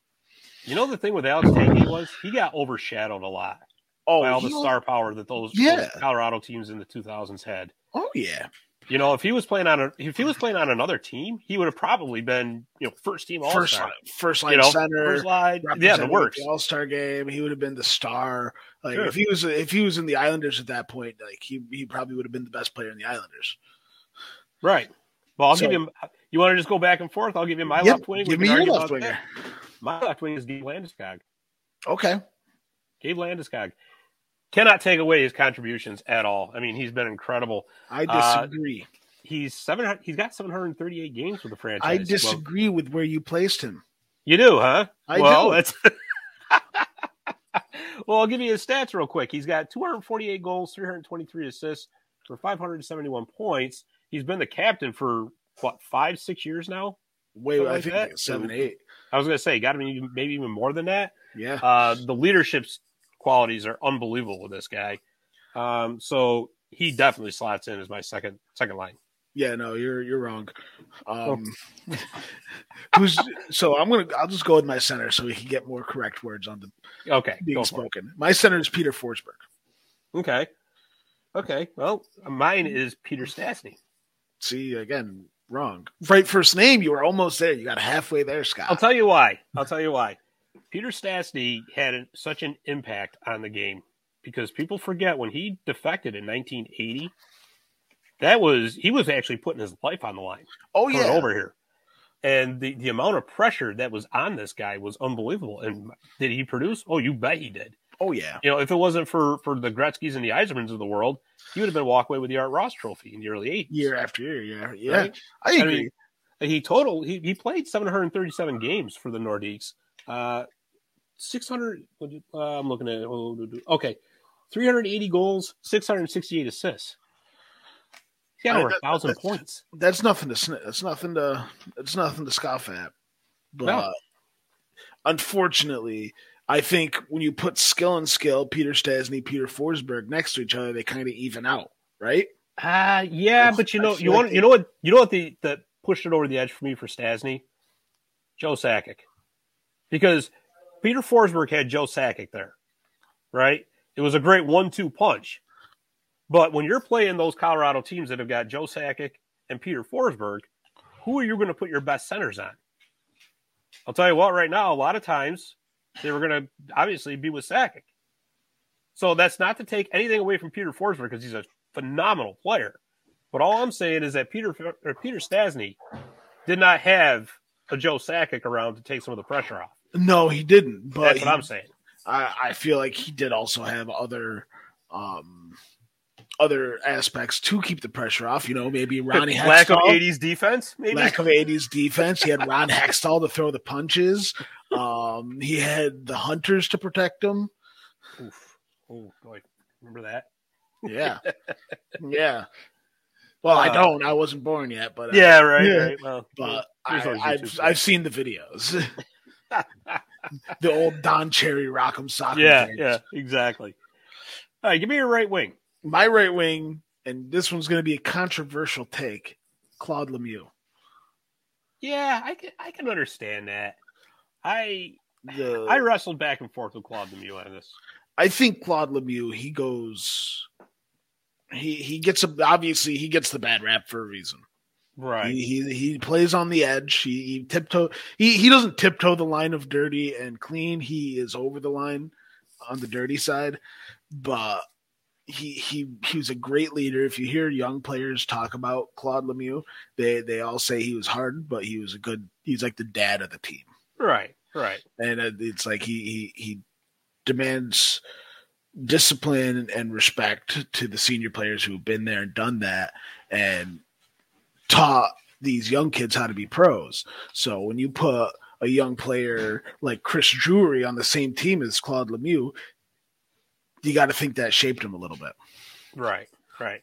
Speaker 3: You know the thing with Alex Tanguy was he got overshadowed a lot
Speaker 4: Oh,
Speaker 3: by all the
Speaker 4: he-
Speaker 3: star power that those,
Speaker 4: Yeah.
Speaker 3: those Colorado teams in the 2000s had.
Speaker 4: Oh yeah,
Speaker 3: You know, if he was playing on a, if he was playing on another team, he would have probably been you know first team all
Speaker 4: first
Speaker 3: star.
Speaker 4: line, first line
Speaker 3: You know,
Speaker 4: center.
Speaker 3: first line, yeah, the works.
Speaker 4: All Star game. He would have been the star. Like
Speaker 3: Sure.
Speaker 4: if he was if he was in the Islanders at that point, like he he probably would have been the best player in the Islanders.
Speaker 3: Right. Well, I'll
Speaker 4: So-
Speaker 3: give him. You want to just go back and forth? I'll give you my
Speaker 4: Yeah,
Speaker 3: left wing. We
Speaker 4: Give
Speaker 3: can
Speaker 4: me your
Speaker 3: argue
Speaker 4: left
Speaker 3: about
Speaker 4: winger.
Speaker 3: that. My left wing is Gabe Landeskog.
Speaker 4: Okay.
Speaker 3: Gabe Landeskog cannot take away his contributions at all. I mean, he's been incredible.
Speaker 4: I
Speaker 3: Uh,
Speaker 4: disagree.
Speaker 3: He's seven. He's got seven hundred thirty-eight games with the franchise.
Speaker 4: I
Speaker 3: Well,
Speaker 4: disagree with where you placed him.
Speaker 3: you do, huh?
Speaker 4: I
Speaker 3: well,
Speaker 4: do.
Speaker 3: that's. *laughs* well, I'll give you his stats real quick. He's got 248 goals, 323 assists for 571 points. He's been the captain for what five, six years now.
Speaker 4: Wait,
Speaker 3: Something
Speaker 4: I
Speaker 3: like
Speaker 4: think
Speaker 3: that?
Speaker 4: like seven, eight.
Speaker 3: I was gonna say, got him even- maybe even more than that.
Speaker 4: Yeah.
Speaker 3: Uh, the leadership's qualities are unbelievable with this guy. Um, so he definitely slots in as my second second line.
Speaker 4: Yeah, no, you're you're wrong. Um, *laughs* who's so I'm gonna I'll just go with my center so we can get more correct words on the
Speaker 3: Okay,
Speaker 4: being
Speaker 3: go for it.
Speaker 4: spoken. My center is Peter Forsberg.
Speaker 3: Okay, okay. Well, mine is Peter Stastny.
Speaker 4: See again, wrong. Right first name, you were almost there. You got halfway there, Scott.
Speaker 3: I'll tell you why. I'll tell you why. Peter Stastny had an- such an impact on the game because people forget when he defected in 1980. That was he was actually putting his life on the line.
Speaker 4: oh
Speaker 3: coming
Speaker 4: yeah,
Speaker 3: over here. And the, the amount of pressure that was on this guy was unbelievable. And did he produce? Oh, you bet he did.
Speaker 4: oh yeah,
Speaker 3: You know, if it wasn't for for the Gretzky's and the Eisermans of the world, he would have been walk away with the Art Ross Trophy in the early eighties.
Speaker 4: year after year, yeah, yeah.
Speaker 3: Right?
Speaker 4: I
Speaker 3: I
Speaker 4: agree.
Speaker 3: mean, he total he, he played seven hundred thirty seven games for the Nordiques. Uh, six hundred. Uh, I'm looking at oh, do- do- okay, three hundred eighty goals, six hundred sixty eight assists. He got
Speaker 4: I-
Speaker 3: over a
Speaker 4: that-
Speaker 3: thousand
Speaker 4: that's-
Speaker 3: points.
Speaker 4: that's nothing to sn- that's nothing to it's nothing to scoff at. But
Speaker 3: No.
Speaker 4: unfortunately, I think when you put skill and skill, Peter Stasny, Peter Forsberg next to each other, they kind of even out, right?
Speaker 3: Uh yeah,
Speaker 4: I-
Speaker 3: but you
Speaker 4: I
Speaker 3: know,
Speaker 4: feel
Speaker 3: you
Speaker 4: like
Speaker 3: want
Speaker 4: they-
Speaker 3: you know what you know what the that pushed it over the edge for me for Stasny, Joe Sakic, because Peter Forsberg had Joe Sakic there, right? It was a great one-two punch, but when you're playing those Colorado teams that have got Joe Sakic and Peter Forsberg, who are you going to put your best centers on? I'll tell you what, right now, a lot of times they were going to obviously be with Sakic. So that's not to take anything away from Peter Forsberg because he's a phenomenal player. But all I'm saying is that Peter or Peter Stasny did not have a Joe Sakic around to take some of the pressure off.
Speaker 4: No, he didn't. But
Speaker 3: That's
Speaker 4: he-
Speaker 3: what I'm saying.
Speaker 4: I, I feel like he did also have other um other aspects to keep the pressure off. You know,
Speaker 3: *laughs*
Speaker 4: maybe Ronnie
Speaker 3: Lack of
Speaker 4: Hextall,
Speaker 3: 80s defense, maybe.
Speaker 4: lack of 80s defense. He
Speaker 3: *laughs*
Speaker 4: had Ron Hextall to throw the punches. Um, he had the hunters to protect him.
Speaker 3: Oof. Oh boy, remember that? *laughs*
Speaker 4: Yeah. yeah. Well, I
Speaker 3: Uh,
Speaker 4: don't. I wasn't born yet, but uh,
Speaker 3: Yeah, right.
Speaker 4: Yeah.
Speaker 3: Right. Well,
Speaker 4: But
Speaker 3: Here's
Speaker 4: I,
Speaker 3: our YouTube
Speaker 4: I've,
Speaker 3: channel.
Speaker 4: I've seen the
Speaker 3: *laughs*
Speaker 4: videos. the old Don Cherry Rock'em Sock'em.
Speaker 3: yeah,
Speaker 4: videos.
Speaker 3: yeah, exactly. All right, give me your right wing.
Speaker 4: My right wing, and this one's going to be a controversial take. Claude Lemieux,
Speaker 3: Yeah, I can I can understand that. I
Speaker 4: the
Speaker 3: I wrestled back and forth with Claude Lemieux on this.
Speaker 4: I think Claude Lemieux, he goes, he he gets a, obviously he gets the bad rap for a reason.
Speaker 3: Right.
Speaker 4: He, he he plays on the edge. He, he tiptoe. He he doesn't tiptoe the line of dirty and clean. He is over the line on the dirty side, but he he he was a great leader. If you hear young players talk about Claude Lemieux, they they all say he was hard, but he was a good. He's like the dad of the team
Speaker 3: Right. Right.
Speaker 4: and it- it's like he he, he demands discipline and respect to the senior players who've been there and done that and taught these young kids how to be pros. So when you put a young player like Chris Drury on the same team as Claude Lemieux, you got to think that shaped him a little bit.
Speaker 3: Right, right.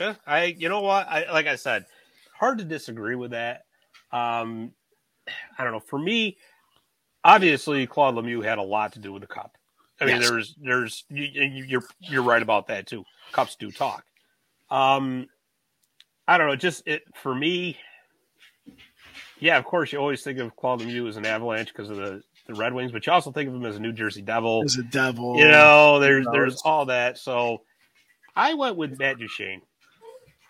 Speaker 3: Yeah, I you know what? I like I said, hard to disagree with that. Um I don't know. For me, obviously Claude Lemieux had a lot to do with the cup. I mean,
Speaker 4: Yes.
Speaker 3: there's there's you, you- you're you're right about that too. Cups do talk. Um I don't know, just it for me yeah, of course you always think of Claude Lemieux as an avalanche because of the, the Red Wings, but you also think of him as a New Jersey Devil
Speaker 4: As a devil,
Speaker 3: you know, there's
Speaker 4: knows?
Speaker 3: there's all that. So I went with Matt Duchene,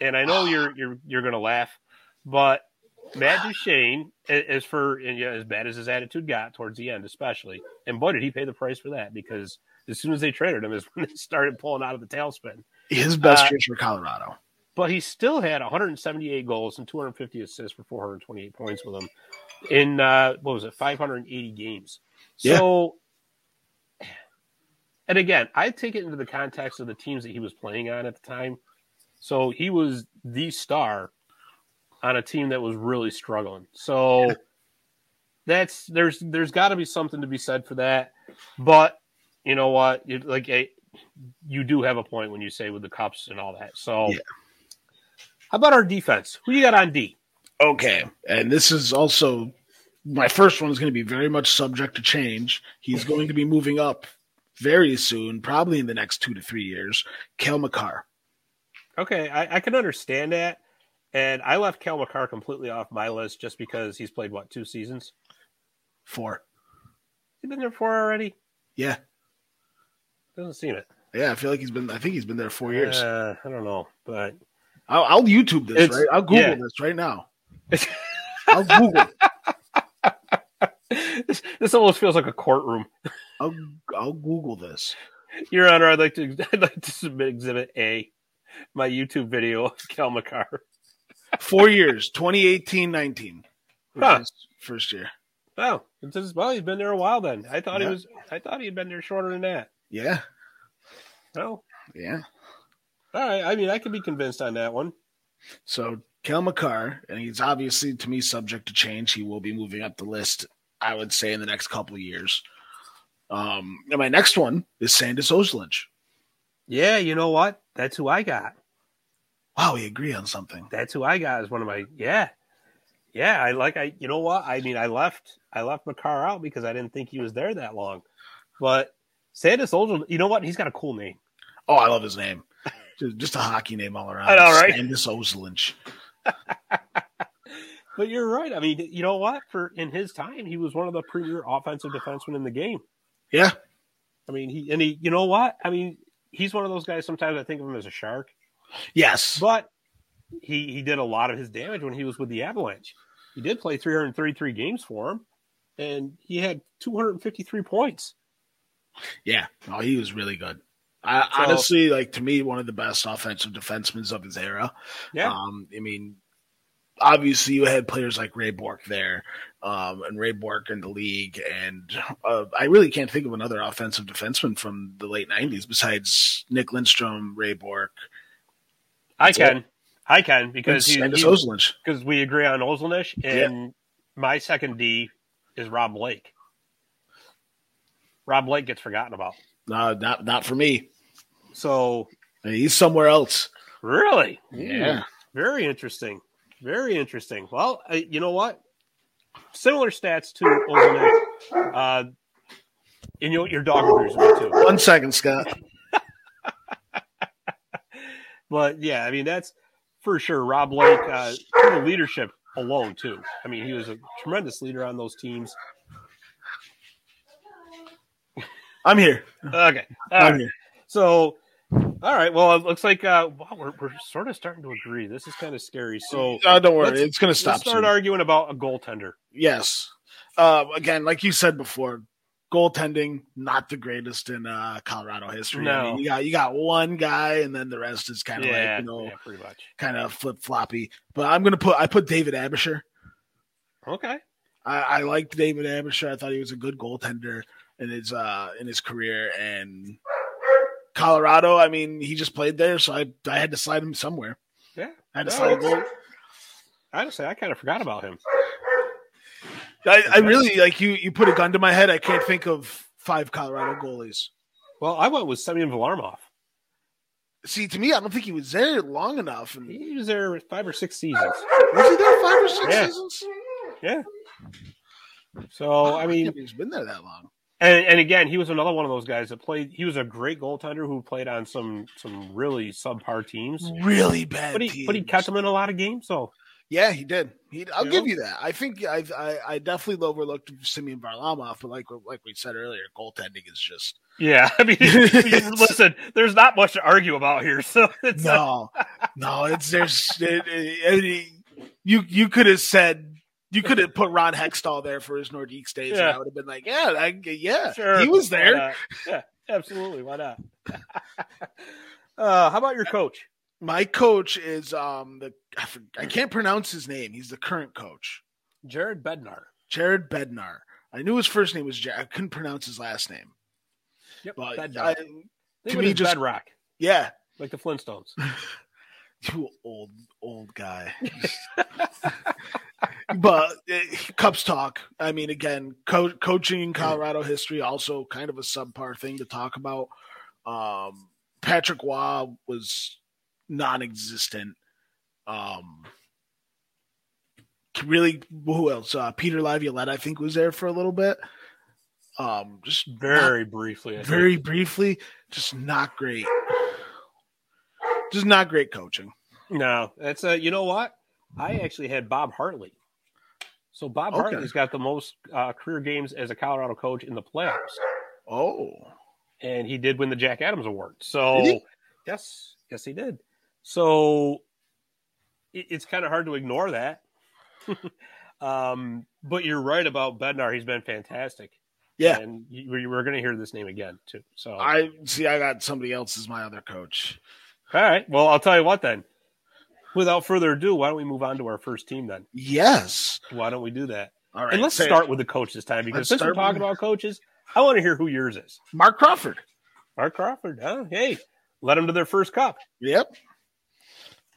Speaker 3: and I know you're you're you're gonna laugh, but Matt Duchene a- as for and, yeah, as bad as his attitude got towards the end, especially, and boy did he pay the price for that because as soon as they traded him is when they started pulling out of the tailspin.
Speaker 4: his best
Speaker 3: uh,
Speaker 4: years were Colorado.
Speaker 3: But he still had 178 goals and 250 assists for 428 points with him in uh, what was it 580 games. So, and again, I take it into the context of the teams that he was playing on at the time. So he was the star on a team that was really struggling. So that's there's there's got to be something to be said for that. But you know what? It, like eh, you do have a point when you say with the cups and all that. So.
Speaker 4: Yeah.
Speaker 3: How about our defense? Who you got on D?
Speaker 4: Okay, and this is also my first one is going to be very much subject to change. He's going to be moving up very soon, probably in the next two to three years. Kale McCarr.
Speaker 3: Okay, I, I can understand that. And I left Cal McCarr completely off my list just because he's played what two seasons?
Speaker 4: Four.
Speaker 3: He's been there four already.
Speaker 4: Yeah.
Speaker 3: Doesn't seem it.
Speaker 4: Yeah, I feel like he's been. I think he's been there four years.
Speaker 3: Uh, I don't know, but *laughs*
Speaker 4: I'll, I'll YouTube this.
Speaker 3: It's-
Speaker 4: right? I'll Google
Speaker 3: yeah.
Speaker 4: this right now.
Speaker 3: *laughs*
Speaker 4: I'll Google.
Speaker 3: this, this almost feels like a courtroom.
Speaker 4: I'll, I'll Google this.
Speaker 3: Your Honor, I'd like to *laughs* I'd like to submit Exhibit A, my YouTube video of Cal McCarr.
Speaker 4: Four years, 2018, 19. was
Speaker 3: Huh.
Speaker 4: his First year.
Speaker 3: Oh, it says, well, he's been there a while. Then I thought
Speaker 4: Yeah.
Speaker 3: he was I thought he had been there shorter than that.
Speaker 4: Yeah.
Speaker 3: Oh,
Speaker 4: Yeah.
Speaker 3: all right. I mean, I can be convinced on that one.
Speaker 4: So Kel McCarr, and he's obviously to me subject to change. He will be moving up the list, I would say, in the next couple of years. Um, and my next one is Sandis Oslinch.
Speaker 3: Yeah, you know what? That's who I got.
Speaker 4: Wow, we agree on something.
Speaker 3: That's who I got as one of my yeah. Yeah, I like I you know what? I mean I left I left McCarr out because I didn't think he was there that long. But Sandus Oldham, you know what? He's got a cool name.
Speaker 4: Oh, I love his name. Just- Just a hockey name all around.
Speaker 3: I know, right?
Speaker 4: Sandis Oslinch.
Speaker 3: But you're right. I mean, you know what? For in his time, he was one of the premier offensive defensemen in the game.
Speaker 4: Yeah.
Speaker 3: I mean, he and he you know what? I mean, he's one of those guys sometimes I think of him as a shark,
Speaker 4: Yes.
Speaker 3: but he he did a lot of his damage when he was with the Avalanche. He did play 333 games for him and he had 253 points.
Speaker 4: Yeah. Oh, he was really good. I,
Speaker 3: So-
Speaker 4: honestly, like to me, one of the best offensive defensemen of his era.
Speaker 3: Yeah.
Speaker 4: Um, I mean, obviously you had players like Ray Bork there, um, and Ray Bork in the league, and uh, I really can't think of another offensive defenseman from the late '90s besides Nick Lindstrom, Ray Bork,
Speaker 3: I
Speaker 4: That's
Speaker 3: can. I can
Speaker 4: and
Speaker 3: because he,
Speaker 4: Sandis
Speaker 3: he-
Speaker 4: Ozelinch.
Speaker 3: because we agree on Olsenish and my second D is Rob Blake. Rob Blake gets forgotten about.
Speaker 4: No, not not for me.
Speaker 3: So
Speaker 4: I mean, he's somewhere else.
Speaker 3: really, Hmm.
Speaker 4: Yeah.
Speaker 3: very interesting, very interesting. Well, I, you know what? Similar stats to Olsenish. Uh, and you, your dog agrees with me too.
Speaker 4: One second, Scott.
Speaker 3: But yeah, I mean that's for sure. Rob Blake, uh, for the leadership alone too. I mean, he was a tremendous leader on those teams.
Speaker 4: I'm here.
Speaker 3: Okay, All right.
Speaker 4: I'm here.
Speaker 3: So, all right. Well, it looks like uh, wow, we're, we're sort of starting to agree. This is kind of scary. So,
Speaker 4: Oh, don't worry.
Speaker 3: let's-
Speaker 4: it's gonna
Speaker 3: let's
Speaker 4: stop.
Speaker 3: start
Speaker 4: soon.
Speaker 3: arguing about a goaltender.
Speaker 4: Yes. Uh, again, like you said before, goaltending not the greatest in uh, Colorado history. I
Speaker 3: No.
Speaker 4: mean, you got you got one guy, and then the rest is kind of
Speaker 3: yeah,
Speaker 4: like you know
Speaker 3: yeah, pretty much.
Speaker 4: kind of flip floppy. But I'm gonna put I put David Abisher.
Speaker 3: Okay.
Speaker 4: I, I liked David Abisher. I thought he was a good goaltender in his uh, in his career. And Colorado, I mean, he just played there, so I I had to slide him somewhere.
Speaker 3: Yeah.
Speaker 4: I had to
Speaker 3: No,
Speaker 4: slide him.
Speaker 3: it's-
Speaker 4: over.
Speaker 3: Honestly, I kind of forgot about him.
Speaker 4: I, I really like you. You put a gun to my head. I can't think of five Colorado goalies.
Speaker 3: Well, I went with Semyon Varlamov.
Speaker 4: See, to me, I don't think he was there long enough. And
Speaker 3: He was there five or six seasons.
Speaker 4: was he there five or six
Speaker 3: Yeah.
Speaker 4: seasons?
Speaker 3: Yeah. So
Speaker 4: I
Speaker 3: Oh, I
Speaker 4: can't
Speaker 3: mean,
Speaker 4: believe he's been there that long.
Speaker 3: and, and again, he was another one of those guys that played. He was a great goaltender who played on some some really subpar teams,
Speaker 4: Really bad.
Speaker 3: but he but he
Speaker 4: teams.
Speaker 3: kept them in a lot of games. So
Speaker 4: Yeah, he did. He, I'll
Speaker 3: You
Speaker 4: give
Speaker 3: know?
Speaker 4: you that. I think I've, I I definitely overlooked Simeon Varlamov, but like like we said earlier, goaltending is
Speaker 3: *laughs*
Speaker 4: just
Speaker 3: yeah,
Speaker 4: *laughs*
Speaker 3: I mean, listen, there's not much to argue about here. So *laughs* it's
Speaker 4: no, no. It's there's it, it- I mean, you you could have said you could have put Ron Hextall there for his Nordiques days, and
Speaker 3: Yeah.
Speaker 4: I would have been like, yeah, I, yeah,
Speaker 3: Sure.
Speaker 4: he was
Speaker 3: Why
Speaker 4: there.
Speaker 3: not? Yeah, absolutely. Why not? *laughs* uh, how about your coach?
Speaker 4: My coach is um the I, for- I can't pronounce his name. He's the current coach,
Speaker 3: Jared Bednar.
Speaker 4: Jared Bednar. I knew his first name was Jared. I couldn't pronounce his last name,
Speaker 3: Yep,
Speaker 4: but
Speaker 3: Bednar.
Speaker 4: I,
Speaker 3: Think
Speaker 4: to
Speaker 3: of it
Speaker 4: me,
Speaker 3: as
Speaker 4: just-
Speaker 3: bedrock,
Speaker 4: yeah.
Speaker 3: like the
Speaker 4: *laughs*
Speaker 3: Flintstones.
Speaker 4: you old old guy. *laughs* but eh, Cubs talk. I mean, again, co- coaching in Colorado history also kind of a subpar thing to talk about. Um, Patrick Waugh was non-existent. Um, really, who else? Uh, Peter Laviolette, I think, was there for a little bit. Um, just
Speaker 3: Very briefly. I think.
Speaker 4: very briefly, just not great. Just not great coaching.
Speaker 3: No, that's uh you know what? I actually had Bob Hartley. So Bob
Speaker 4: Okay.
Speaker 3: Hartley's got the most uh, career games as a Colorado coach in the playoffs,
Speaker 4: Oh.
Speaker 3: and he did win the Jack Adams Award. So
Speaker 4: Did he?
Speaker 3: yes, yes, he did. So it, it's kind of hard to ignore that. *laughs* um, but you're right about Bednar; he's been fantastic.
Speaker 4: Yeah.
Speaker 3: and you, you we're going to hear this name again too. So
Speaker 4: I see I got somebody else as my other coach.
Speaker 3: all right, well, I'll tell you what then. Without further ado, why don't we move on to our first team then?
Speaker 4: Yes.
Speaker 3: Why don't we do that?
Speaker 4: All right.
Speaker 3: and let's
Speaker 4: say-
Speaker 3: start with the coach this time because
Speaker 4: Let's
Speaker 3: since we're
Speaker 4: start
Speaker 3: talking
Speaker 4: with-
Speaker 3: about coaches, I want to hear who yours is.
Speaker 4: Mark Crawford.
Speaker 3: Mark Crawford. Huh? Hey, let them to their first cup.
Speaker 4: Yep.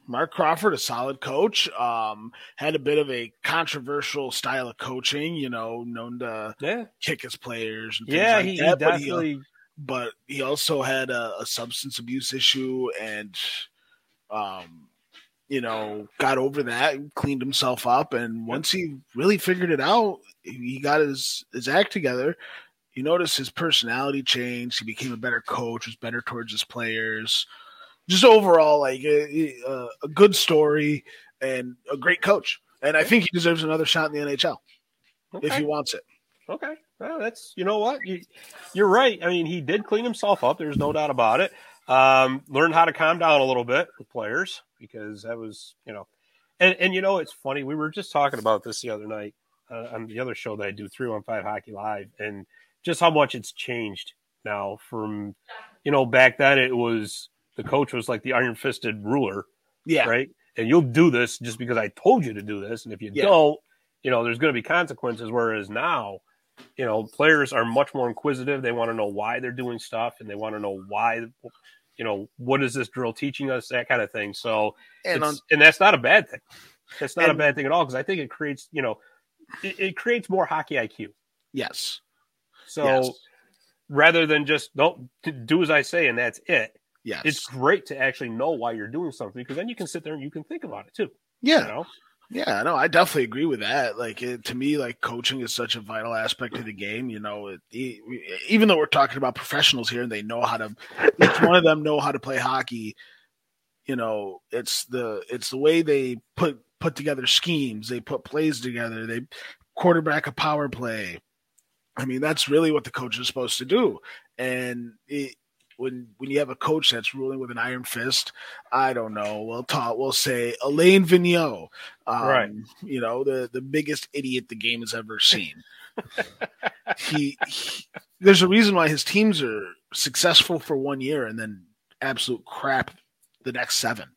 Speaker 4: Mark Crawford, a solid coach. Um, had a bit of a controversial style of coaching, you know, known to
Speaker 3: Yeah,
Speaker 4: kick his players and things
Speaker 3: yeah.
Speaker 4: like
Speaker 3: he, he
Speaker 4: that, but he- uh,
Speaker 3: definitely.
Speaker 4: but he also had a, a substance abuse issue and um you know got over that cleaned himself up and once he really figured it out he got his his act together you notice his personality changed he became a better coach was better towards his players just overall like a, a, a good story and a great coach and i think he deserves another shot in the nhl if
Speaker 3: okay.
Speaker 4: he wants it
Speaker 3: Okay. Well, that's you know what you, you're right. I mean, he did clean himself up. There's no doubt about it. Um, learned how to calm down a little bit with players because that was you know, and and you know it's funny. We were just talking about this the other night uh, on the other show that I do, three one five hockey live, and just how much it's changed now from you know back then it was the coach was like the iron fisted ruler
Speaker 4: yeah
Speaker 3: right? And you'll do this just because I told you to do this. And if you
Speaker 4: Yeah.
Speaker 3: don't, you know, there's going to be consequences. Whereas now, you know, players are much more inquisitive. They want to know why they're doing stuff and they want to know why, you know, what is this drill teaching us, that kind of thing. So,
Speaker 4: and
Speaker 3: it's-
Speaker 4: on
Speaker 3: and that's not a bad thing. That's not a
Speaker 4: And-
Speaker 3: bad thing at all because I think it creates, you know, it, it creates more hockey IQ.
Speaker 4: yes
Speaker 3: So
Speaker 4: Yes.
Speaker 3: rather than just don't do as I say and that's it,
Speaker 4: yes
Speaker 3: it's great to actually know why you're doing something because then you can sit there and you can think about it too.
Speaker 4: yeah
Speaker 3: You know?
Speaker 4: Yeah, no, I definitely agree with that. Like it, to me, like coaching is such a vital aspect of the game. You know, it, e- even though we're talking about professionals here and they know how to, each one of them know how to play hockey. You know, it's the it's the way they put put together schemes. They put plays together. They quarterback a power play. I mean, that's really what the coach is supposed to do. And it, when when you have a coach that's ruling with an iron fist, I don't know. We'll talk. We'll say Elaine Vigneault, um,
Speaker 3: Right.
Speaker 4: You know, the the biggest idiot the game has ever seen. he, he- there's a reason why his teams are successful for one year and then absolute crap the next seven.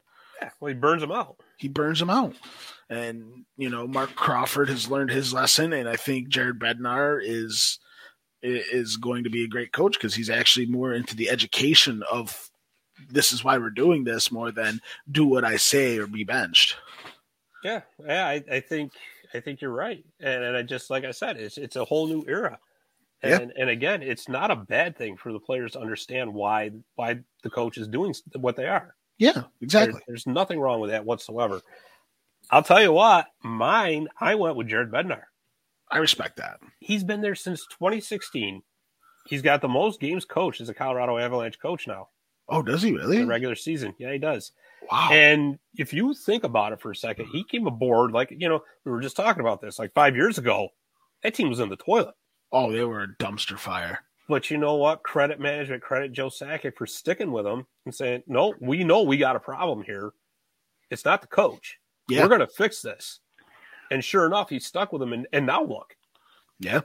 Speaker 3: Yeah, well, he burns them out.
Speaker 4: he burns them out. And you know, Mark Crawford has learned his lesson, and I think Jared Bednar is is going to be a great coach because he's actually more into the education of this is why we're doing this more than do what I say or be benched.
Speaker 3: Yeah, yeah, I, I think I think you're right, and, and I just like I said, it's it's a whole new era,
Speaker 4: Yeah.
Speaker 3: and and again, it's not a bad thing for the players to understand why why the coach is doing what they are.
Speaker 4: Yeah, exactly.
Speaker 3: There- there's nothing wrong with that whatsoever. I'll tell you what, mine, I went with Jared Bednar.
Speaker 4: I respect that.
Speaker 3: He's been there since 2016. He's got the most games coached as a Colorado Avalanche coach now
Speaker 4: Oh, does he
Speaker 3: in
Speaker 4: really?
Speaker 3: the regular season. Yeah, he does.
Speaker 4: Wow.
Speaker 3: And if you think about it for a second, he came aboard like you know we were just talking about this like five years ago. That team was in the toilet.
Speaker 4: oh, they were a dumpster fire.
Speaker 3: But you know what? Credit management, credit Joe Sakic for sticking with him and saying, "No, we know we got a problem here. It's not the coach.
Speaker 4: Yeah.
Speaker 3: We're going to fix this." And sure enough, he stuck with him, and, and now look.
Speaker 4: Yeah,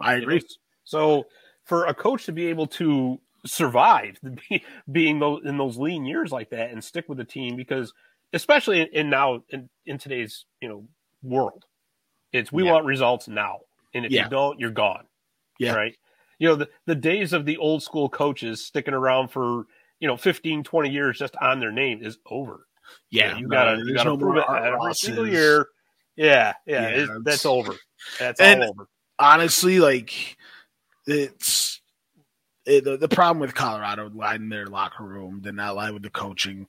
Speaker 4: I
Speaker 3: you know?
Speaker 4: agree.
Speaker 3: So for a coach to be able to survive *laughs* be, being those, in those lean years like that and stick with the team because especially in, in now in, in today's you know world it's we
Speaker 4: Yeah.
Speaker 3: want results now and if
Speaker 4: Yeah.
Speaker 3: you don't you're gone
Speaker 4: Yeah.
Speaker 3: right you know the, the days of the old school coaches sticking around for you know 15 20 years just on their name is over
Speaker 4: Yeah,
Speaker 3: you
Speaker 4: no,
Speaker 3: gotta
Speaker 4: there's
Speaker 3: you gotta
Speaker 4: no
Speaker 3: prove
Speaker 4: more
Speaker 3: it
Speaker 4: Art
Speaker 3: every
Speaker 4: Rosses.
Speaker 3: single year yeah
Speaker 4: Yeah,
Speaker 3: yeah, it-
Speaker 4: that's-
Speaker 3: that's over that's
Speaker 4: And-
Speaker 3: all over
Speaker 4: honestly, like it's it, the, the problem with Colorado lying in their locker room, did not lie with the coaching,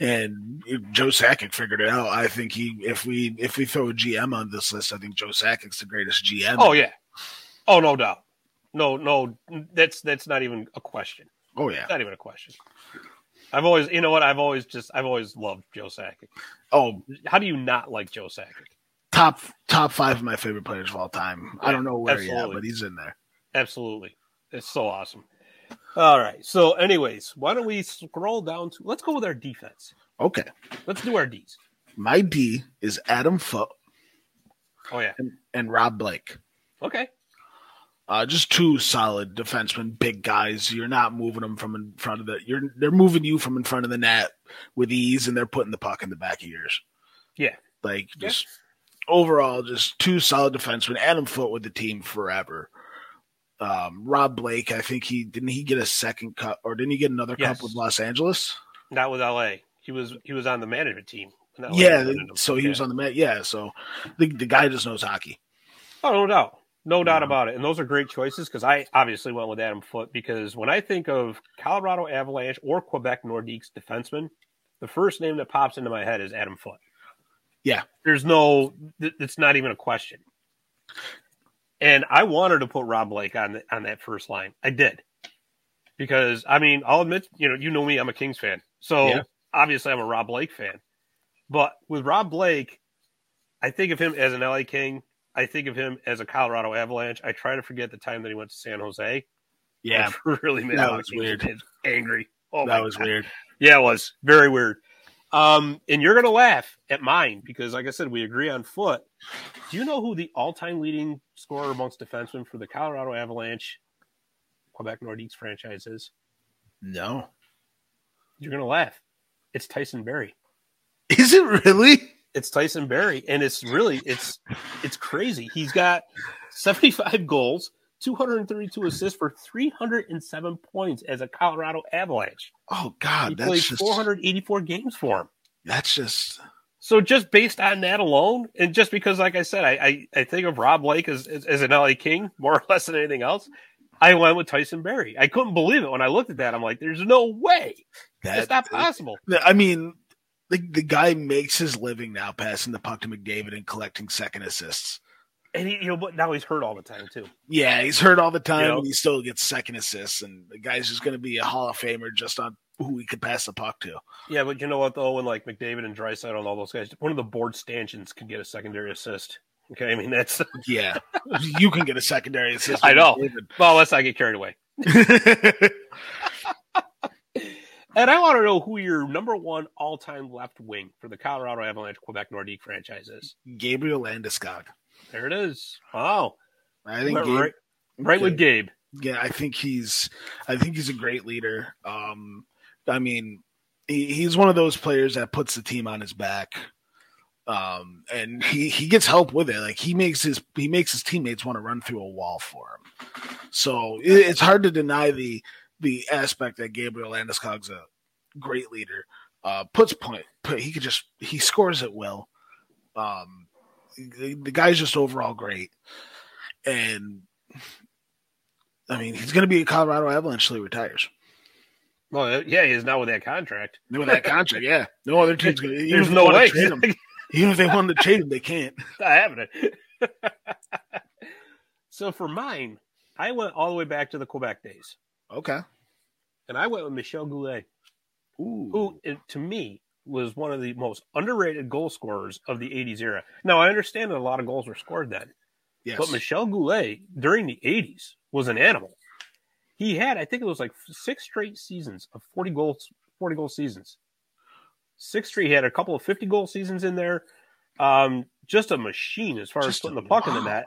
Speaker 4: and Joe Sakic figured it out. I think he, if we if we throw a GM on this list, I think Joe Sakic's the greatest GM.
Speaker 3: Oh yeah. Oh no doubt. No, no, that's that's not even a question.
Speaker 4: oh yeah,
Speaker 3: Not even a question. I've always, you know what? I've always just, I've always loved Joe Sakic.
Speaker 4: oh
Speaker 3: How do you not like Joe Sakic?
Speaker 4: top top five of my favorite players of all time. I don't know where he at,
Speaker 3: absolutely.
Speaker 4: but he's in there.
Speaker 3: Absolutely, it's so awesome. All right. So, anyways, why don't we scroll down to? Let's go with our defense.
Speaker 4: Okay,
Speaker 3: Let's do our D's.
Speaker 4: my D is Adam Foote
Speaker 3: Oh yeah.
Speaker 4: and Rob Blake.
Speaker 3: Okay.
Speaker 4: Uh, just two solid defensemen, big guys. You're not moving them from in front of the. You're they're moving you from in front of the net with ease, and they're putting the puck in the back of yours.
Speaker 3: Yeah.
Speaker 4: like just overall, just two solid defensemen. Adam Foote with the team forever. Um, Rob Blake, I think he didn't he get a second cup or didn't he get another
Speaker 3: Yes.
Speaker 4: cup with Los Angeles?
Speaker 3: Not with LA. He was, he was on the management team. when LA
Speaker 4: yeah,
Speaker 3: wanted him.
Speaker 4: so he
Speaker 3: Yeah.
Speaker 4: was on the Met. Yeah, so the the guy just knows hockey.
Speaker 3: Oh, no doubt. No doubt
Speaker 4: Yeah.
Speaker 3: about it. And those are great choices because I obviously went with Adam Foote because when I think of Colorado Avalanche or Quebec Nordiques defensemen, the first name that pops into my head is Adam Foote.
Speaker 4: Yeah.
Speaker 3: There's no, th- it's not even a question. And I wanted to put Rob Blake on, th- on that first line. I did. Because, I mean, I'll admit, you know, you know me, I'm a Kings fan. So
Speaker 4: Yeah.
Speaker 3: obviously I'm a Rob Blake fan. But with Rob Blake, I think of him as an LA King. I think of him as a Colorado Avalanche. I try to forget the time that he went to San Jose. Which *laughs* really made
Speaker 4: That
Speaker 3: me
Speaker 4: was weird.
Speaker 3: Angry. Oh, my
Speaker 4: that was
Speaker 3: God.
Speaker 4: weird.
Speaker 3: Yeah, it was very weird. Um, and you're gonna laugh at mine because, like I said, we agree on foot. Do you know who the all-time leading scorer amongst defensemen for the Colorado Avalanche, Quebec Nordiques franchise is?
Speaker 4: No, *laughs*
Speaker 3: You're gonna laugh. It's Tyson Berry.
Speaker 4: is it really?
Speaker 3: It's Tyson Berry, and it's really it's it's crazy. He's got 75 goals, 232 assists for 307 points as a Colorado Avalanche.
Speaker 4: Oh God,
Speaker 3: He played
Speaker 4: that's just
Speaker 3: 484 games for him.
Speaker 4: that's just
Speaker 3: So just based on that alone, and just because, like I said, I I, I think of Rob Blake as, as as an LA King more or less than anything else. I went with Tyson Berry. I couldn't believe it when I looked at that. I'm like, there's no way. That's
Speaker 4: that,
Speaker 3: not possible.
Speaker 4: I mean, the, the guy makes his living now passing the puck to McDavid and collecting second assists.
Speaker 3: And he, you know, but now he's hurt all the time too.
Speaker 4: Yeah, he's hurt all the time,
Speaker 3: Yeah.
Speaker 4: and he still gets second assists. And the guy's just going to be a Hall of Famer just on who he could pass the puck to.
Speaker 3: Yeah, but you know what though, when like McDavid and Drysdale and all those guys, one of the board stanchions can get a secondary assist. Okay, I mean that's *laughs*
Speaker 4: Yeah, *laughs* you can get a secondary assist.
Speaker 3: I
Speaker 4: with
Speaker 3: know.
Speaker 4: McDavid.
Speaker 3: well, let's not get carried away. And I want to know who your number one all time left wing for the Colorado Avalanche Quebec Nordique franchise is.
Speaker 4: *laughs* Gabriel Landeskog.
Speaker 3: There it is. Wow.
Speaker 4: I think
Speaker 3: Went
Speaker 4: Gabe-
Speaker 3: right, right with Gabe.
Speaker 4: yeah, I think he's I think he's a great leader. Um I mean, he, he's one of those players that puts the team on his back. Um and he he gets help with it. Like he makes his he makes his teammates want to run through a wall for him. So it, it's hard to deny the the aspect that Gabriel Landeskog's a great leader. Uh puts point put, he could just he scores at will. Um, the, the guy's just overall great, and I mean he's going to be a Colorado Avalanche till he retires.
Speaker 3: Well, uh, yeah, he is now with that
Speaker 4: *laughs*
Speaker 3: contract.
Speaker 4: And With that contract, yeah, no other team's going. to
Speaker 3: There's no way.
Speaker 4: Trade him.
Speaker 3: *laughs*
Speaker 4: Even if they wanted to trade him, they can't.
Speaker 3: not having it. *laughs* so for mine, I went all the way back to the Quebec days,
Speaker 4: Okay.
Speaker 3: and I went with Michel Goulet,
Speaker 4: Ooh.
Speaker 3: who it- to me was one of the most underrated goal scorers of the 80s era. Now, I understand that a lot of goals were scored then,
Speaker 4: yes.
Speaker 3: but Michel Goulet during the 80s was an animal. He had, I think it was like six straight seasons of 40 goals, 40 goal seasons. Six straight. He had a couple of 50 goal seasons in there. Um, just a machine as far as
Speaker 4: Just
Speaker 3: putting
Speaker 4: a-
Speaker 3: the puck in the
Speaker 4: wow.
Speaker 3: net.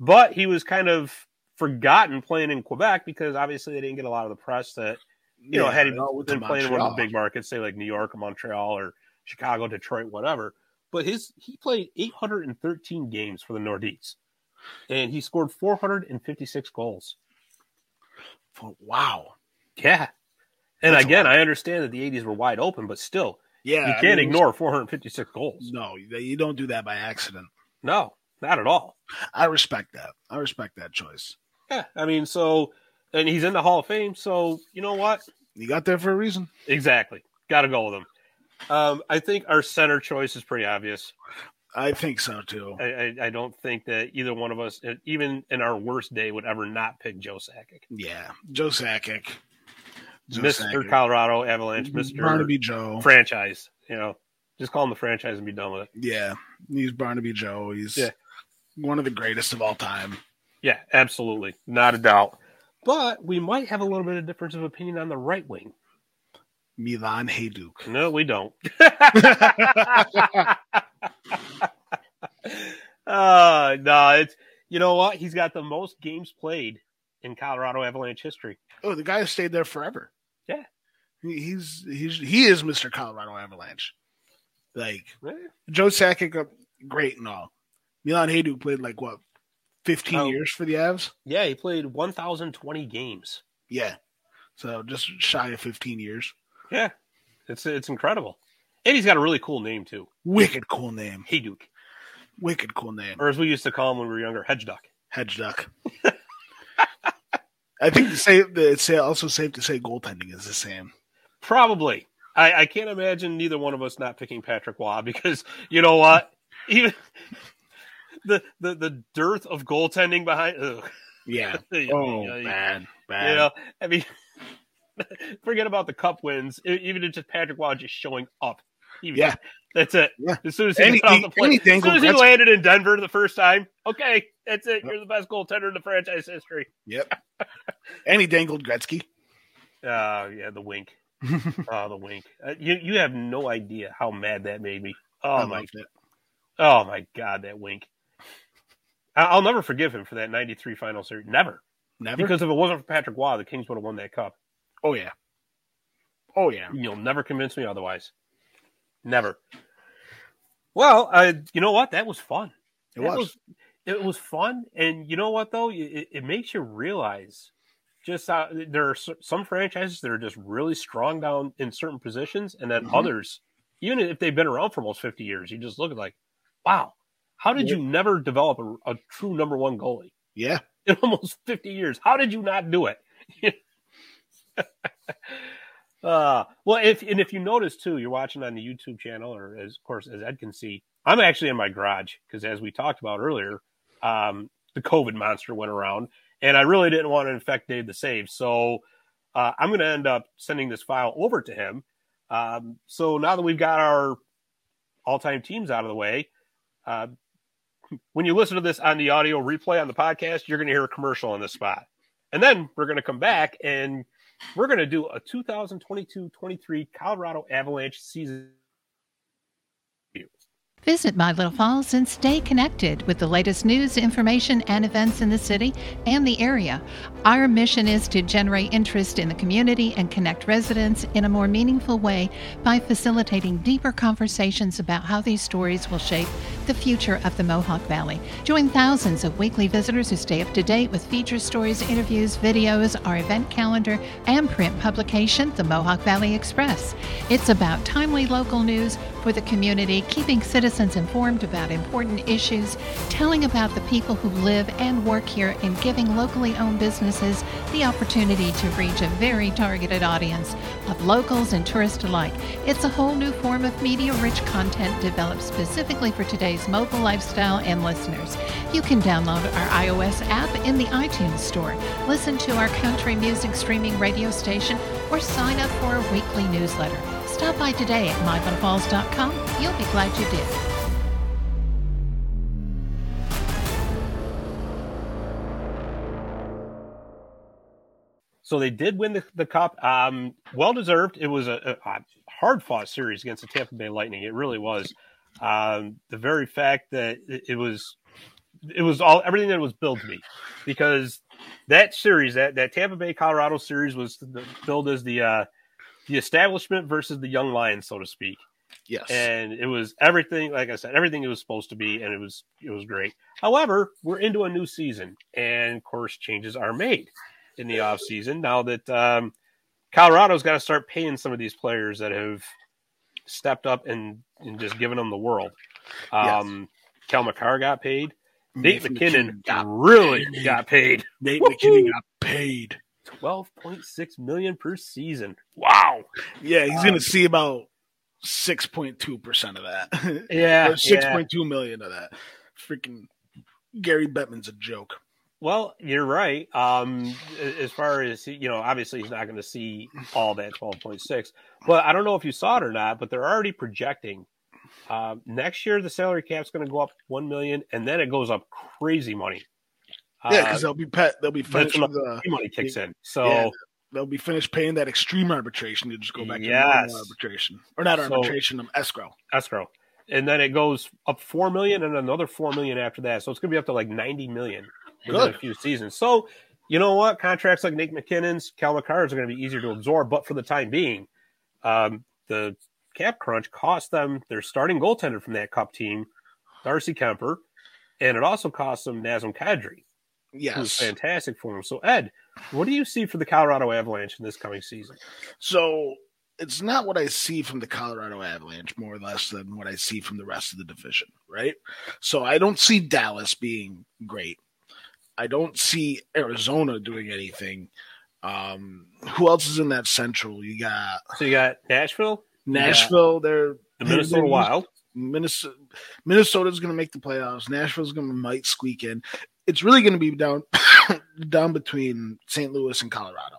Speaker 3: But he was kind of forgotten playing in Quebec because obviously they didn't get a lot of the press that, you know,
Speaker 4: Yeah,
Speaker 3: had he
Speaker 4: no, with
Speaker 3: been
Speaker 4: the
Speaker 3: playing in one of
Speaker 4: Montreal.
Speaker 3: the big markets, say like New York or Montreal or Chicago, Detroit, whatever. But his he played 813 games for the Nordiques, and he scored 456 goals.
Speaker 4: For- Wow.
Speaker 3: Yeah, and
Speaker 4: That's a
Speaker 3: again,
Speaker 4: lot.
Speaker 3: I understand that the 80s were wide open, but still,
Speaker 4: Yeah.
Speaker 3: you
Speaker 4: I
Speaker 3: can't
Speaker 4: mean,
Speaker 3: ignore 456 goals.
Speaker 4: No, you- you don't do that by accident.
Speaker 3: No, not at all.
Speaker 4: I respect that. I respect that choice.
Speaker 3: Yeah, I mean, so and he's in the Hall of Fame, so you know what?
Speaker 4: You got there for a reason.
Speaker 3: Exactly, got to go with him. Um, I think our center choice is pretty obvious.
Speaker 4: I think so too.
Speaker 3: I, I, I don't think that either one of us, uh, even in our worst day, would ever not pick Joe Sakic,
Speaker 4: Yeah. Joe Sakic. Joe
Speaker 3: Mister Colorado Avalanche, Mister
Speaker 4: Barnaby Joe.
Speaker 3: Franchise. You know, just call him the franchise and be done with it.
Speaker 4: yeah. He's Barnaby Joe. He's
Speaker 3: Yeah.
Speaker 4: one of the greatest of all time.
Speaker 3: Yeah, absolutely, not a doubt. But we might have a little bit of difference of opinion on the right wing.
Speaker 4: Milan Hayduk.
Speaker 3: No, we don't. *laughs* uh, no, it's you know what? He's got the most games played in Colorado Avalanche history.
Speaker 4: Oh, the guy has stayed there forever.
Speaker 3: Yeah.
Speaker 4: He- He's he's he is Mr. Colorado Avalanche. Like
Speaker 3: Eh,
Speaker 4: Joe Sakic, uh, great and all. Milan Hayduk played like what, fifteen
Speaker 3: Oh.
Speaker 4: years for the Avs.
Speaker 3: Yeah, he played 1,020 games.
Speaker 4: Yeah. So just shy of 15 years.
Speaker 3: Yeah, it's it's incredible, and he's got a really cool name too,
Speaker 4: Wicked cool name.
Speaker 3: Hayduk,
Speaker 4: Wicked cool name.
Speaker 3: or as we used to call him when we were younger, Hedge Duck. *laughs*
Speaker 4: Hedge duck. I think the same, the- it's also safe to say goaltending is the same.
Speaker 3: Probably, I, I can't imagine neither one of us not picking Patrick Waugh *laughs* because you know what, even *laughs* the the the dearth of goaltending behind. Ugh. *laughs*
Speaker 4: Yeah.
Speaker 3: You
Speaker 4: Oh,
Speaker 3: know,
Speaker 4: bad. Bad.
Speaker 3: You know, I mean, *laughs* forget about the cup wins. e- Even if just Patrick Waugh just showing up. Even-
Speaker 4: Yeah.
Speaker 3: that's it.
Speaker 4: Yeah.
Speaker 3: As soon as he got on
Speaker 4: Anything-
Speaker 3: the plane,
Speaker 4: anything
Speaker 3: as soon as he
Speaker 4: that's-
Speaker 3: landed in Denver the first time, okay, that's it. You're the best goaltender in the franchise history.
Speaker 4: Yep. and he dangled Gretzky.
Speaker 3: Oh yeah, the
Speaker 4: *laughs*
Speaker 3: wink. Oh, the wink. Uh, you you have no idea how mad that made me. Oh
Speaker 4: I
Speaker 3: my,
Speaker 4: loved it.
Speaker 3: oh my god, that wink. I- I'll never forgive him for that '93 final series. Never,
Speaker 4: Never.
Speaker 3: because if it wasn't for Patrick Waugh, the Kings would have won that cup.
Speaker 4: oh, yeah. Oh, yeah.
Speaker 3: You'll never convince me otherwise. Never. Well, uh, you know what? That was fun.
Speaker 4: It
Speaker 3: That
Speaker 4: was.
Speaker 3: It was fun, and you know what though? It, it makes you realize just how there are s- some franchises that are just really strong down in certain positions, and then
Speaker 4: Mhm.
Speaker 3: others, even if they've been around for almost fifty years, you just look at like, wow, how did you never develop a, a true number one goalie?
Speaker 4: Yeah.
Speaker 3: *laughs* in almost 50 years. How did you not do it? *laughs* uh, well, if and if you notice too, you're watching on the YouTube channel, or as of course as Ed can see, I'm actually in my garage because as we talked about earlier, um, the COVID monster went around, and I really didn't want to infect Dave the Save, so uh, I'm going to end up sending this file over to him. Um, so now that we've got our all-time teams out of the way, uh, when you listen to this on the audio replay on the podcast, you're going to hear a commercial on this spot. And then we're going to come back and we're going to do a 2022 23 Colorado Avalanche season.
Speaker 2: Visit My Little Falls and stay connected with the latest news, information, and events in the city and the area. Our mission is to generate interest in the community and connect residents in a more meaningful way by facilitating deeper conversations about how these stories will shape the future of the Mohawk Valley. Join thousands of weekly visitors who stay up to date with feature stories, interviews, videos, our event calendar, and print publication, the Mohawk Valley Express. It's about timely local news for the community, keeping citizens citizens informed about important issues, telling about the people who live and work here, and giving locally owned businesses the opportunity to reach a very targeted audience of locals and tourists alike. It's a whole new form of media rich content developed specifically for today's mobile lifestyle and listeners. You can download our iOS app in the iTunes Store, listen to our country music streaming radio station, or sign up for our weekly newsletter. Stop by today at myfunfalls.com. You'll be glad you did.
Speaker 3: So they did win the, the cup. Um, well deserved. It was a, a, a hard fought series against the Tampa Bay Lightning. It really was. Um, the very fact that it, it was, it was all everything that was billed to me, because that series, that that Tampa Bay Colorado series, was the, billed as the uh, the establishment versus the young lions, so to speak.
Speaker 4: Yes.
Speaker 3: and it was everything like i said everything it was supposed to be and it was it was great however we're into a new season and of course changes are made in the off season now that um, colorado's got to start paying some of these players that have stepped up and, and just given them the world um kel mccarr got paid nate
Speaker 4: Nathan
Speaker 3: mckinnon
Speaker 4: got
Speaker 3: really
Speaker 4: paid.
Speaker 3: got paid
Speaker 4: *laughs* Nate
Speaker 3: Woo-hoo.
Speaker 4: McKinnon got paid.
Speaker 3: 12.6 million per season wow
Speaker 4: Yeah, he's
Speaker 3: Um,
Speaker 4: gonna see about six point two percent of that.
Speaker 3: yeah
Speaker 4: *laughs* or six point two million of that. Freaking Gary Bettman's a joke.
Speaker 3: Well, you're right. Um, a- as far as you know, obviously he's not going to see all that 12.6. But I don't know if you saw it or not. But they're already projecting um, next year the salary cap's going to go up one million, and then it goes up crazy money.
Speaker 4: yeah, because
Speaker 3: uh,
Speaker 4: they'll be pet. They'll be finished
Speaker 3: that's
Speaker 4: with uh,
Speaker 3: free money kicks in. So
Speaker 4: yeah, they'll be finished paying that extreme arbitration to just go back to
Speaker 3: Yes.
Speaker 4: normal arbitration or not
Speaker 3: So-
Speaker 4: arbitration, um, escrow.
Speaker 3: escrow, and then it goes up four million, and another four million after that. So it's going to be up to like 90 million within
Speaker 4: Good.
Speaker 3: a few seasons. So you know what? Contracts like Nick McKinnon's, Cal McCarr's are going to be easier to absorb, but for the time being, um, the cap crunch cost them their starting goaltender from that cup team, Darcy Kemper, and it also cost them Nazem Kadri, who's
Speaker 4: Yes.
Speaker 3: fantastic for them. So Ed, what do you see for the Colorado Avalanche in this coming season?
Speaker 4: So it's not what I see from the Colorado Avalanche, more or less, than what I see from the rest of the division, right? So I don't see Dallas being great. I don't see Arizona doing anything. Um, who else is in that central? You got
Speaker 3: So you got Nashville,
Speaker 4: Nashville, they're
Speaker 3: the Minnesota Wild.
Speaker 4: Minnesota Minnesota's going to make the playoffs. Nashville's going to might squeak in. It's really going to be down *coughs* down between St. Louis and Colorado.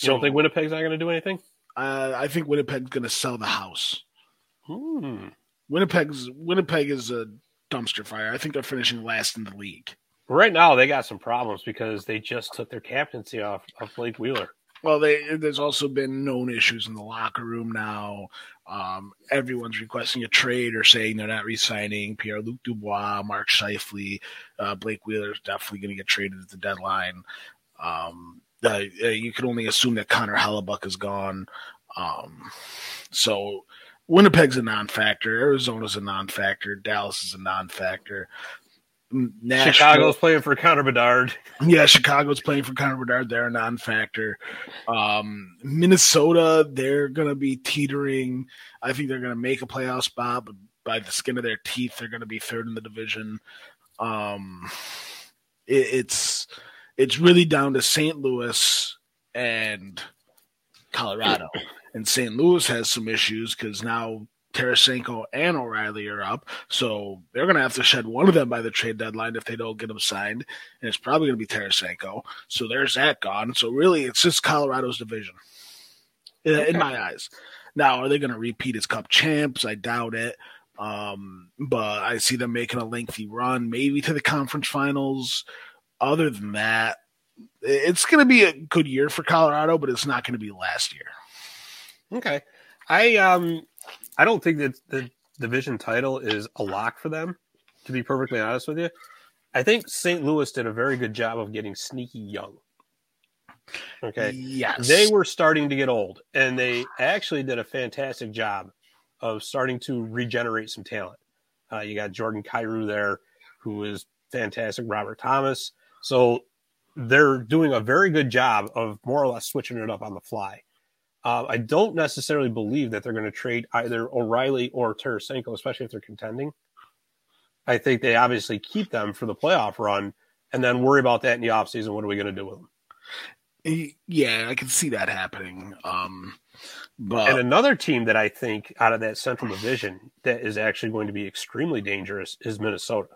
Speaker 3: You don't think Winnipeg's not going to do anything?
Speaker 4: uh, I think Winnipeg's going to sell the house.
Speaker 3: Hmm.
Speaker 4: Winnipeg's Winnipeg is a dumpster fire. I think they're finishing last in the league.
Speaker 3: Right now, they got some problems because they just took their captaincy off of Blake Wheeler.
Speaker 4: Well, they, there's also been known issues in the locker room now. Um, everyone's requesting a trade or saying they're not re-signing. Pierre-Luc Dubois, Mark Scheifele, uh, Blake Wheeler's definitely going to get traded at the deadline. Um, uh, uh, you can only assume that Connor Hellebuck is gone. Um, so Winnipeg's a non-factor. Arizona's a non-factor. Dallas is a non-factor. M- Nashville-
Speaker 3: Chicago's playing for Connor Bedard.
Speaker 4: yeah, Chicago's playing for Connor Bedard. They're a non-factor. Um, Minnesota, they're going to be teetering. I think they're going to make a playoff spot, but by the skin of their teeth, they're going to be third in the division. Um, it, it's it's really down to St. Louis and Colorado, and St. Louis has some issues because now Tarasenko and O'Reilly are up, so they're going to have to shed one of them by the trade deadline if they don't get them signed and it's probably going to be Tarasenko. So there's that gone. So really, it's just Colorado's division in, in my eyes. Now, are they going to repeat as Cup champs? I doubt it. Um, but I see them making a lengthy run, maybe to the conference finals. Other than that, i- it's going to be a good year for Colorado, but it's not going to be last year.
Speaker 3: Okay, I um, I don't think that the division title is a lock for them. To be perfectly honest with you, I think St. Louis did a very good job of getting sneaky young. Okay,
Speaker 4: Yes.
Speaker 3: they were starting to get old, and they actually did a fantastic job of starting to regenerate some talent. Uh, you got Jordan Cairo there, who is fantastic. Robert Thomas, so they're doing a very good job of more or less switching it up on the fly. Uh, I don't necessarily believe that they're going to trade either O'Reilly or Tarasenko, especially if they're contending. I think they obviously keep them for the playoff run and then worry about that in the offseason. What are we going to do with them?
Speaker 4: Y- Yeah, I can see that happening. Um, but
Speaker 3: and another team that I think out of that central division that is actually going to be extremely dangerous is Minnesota.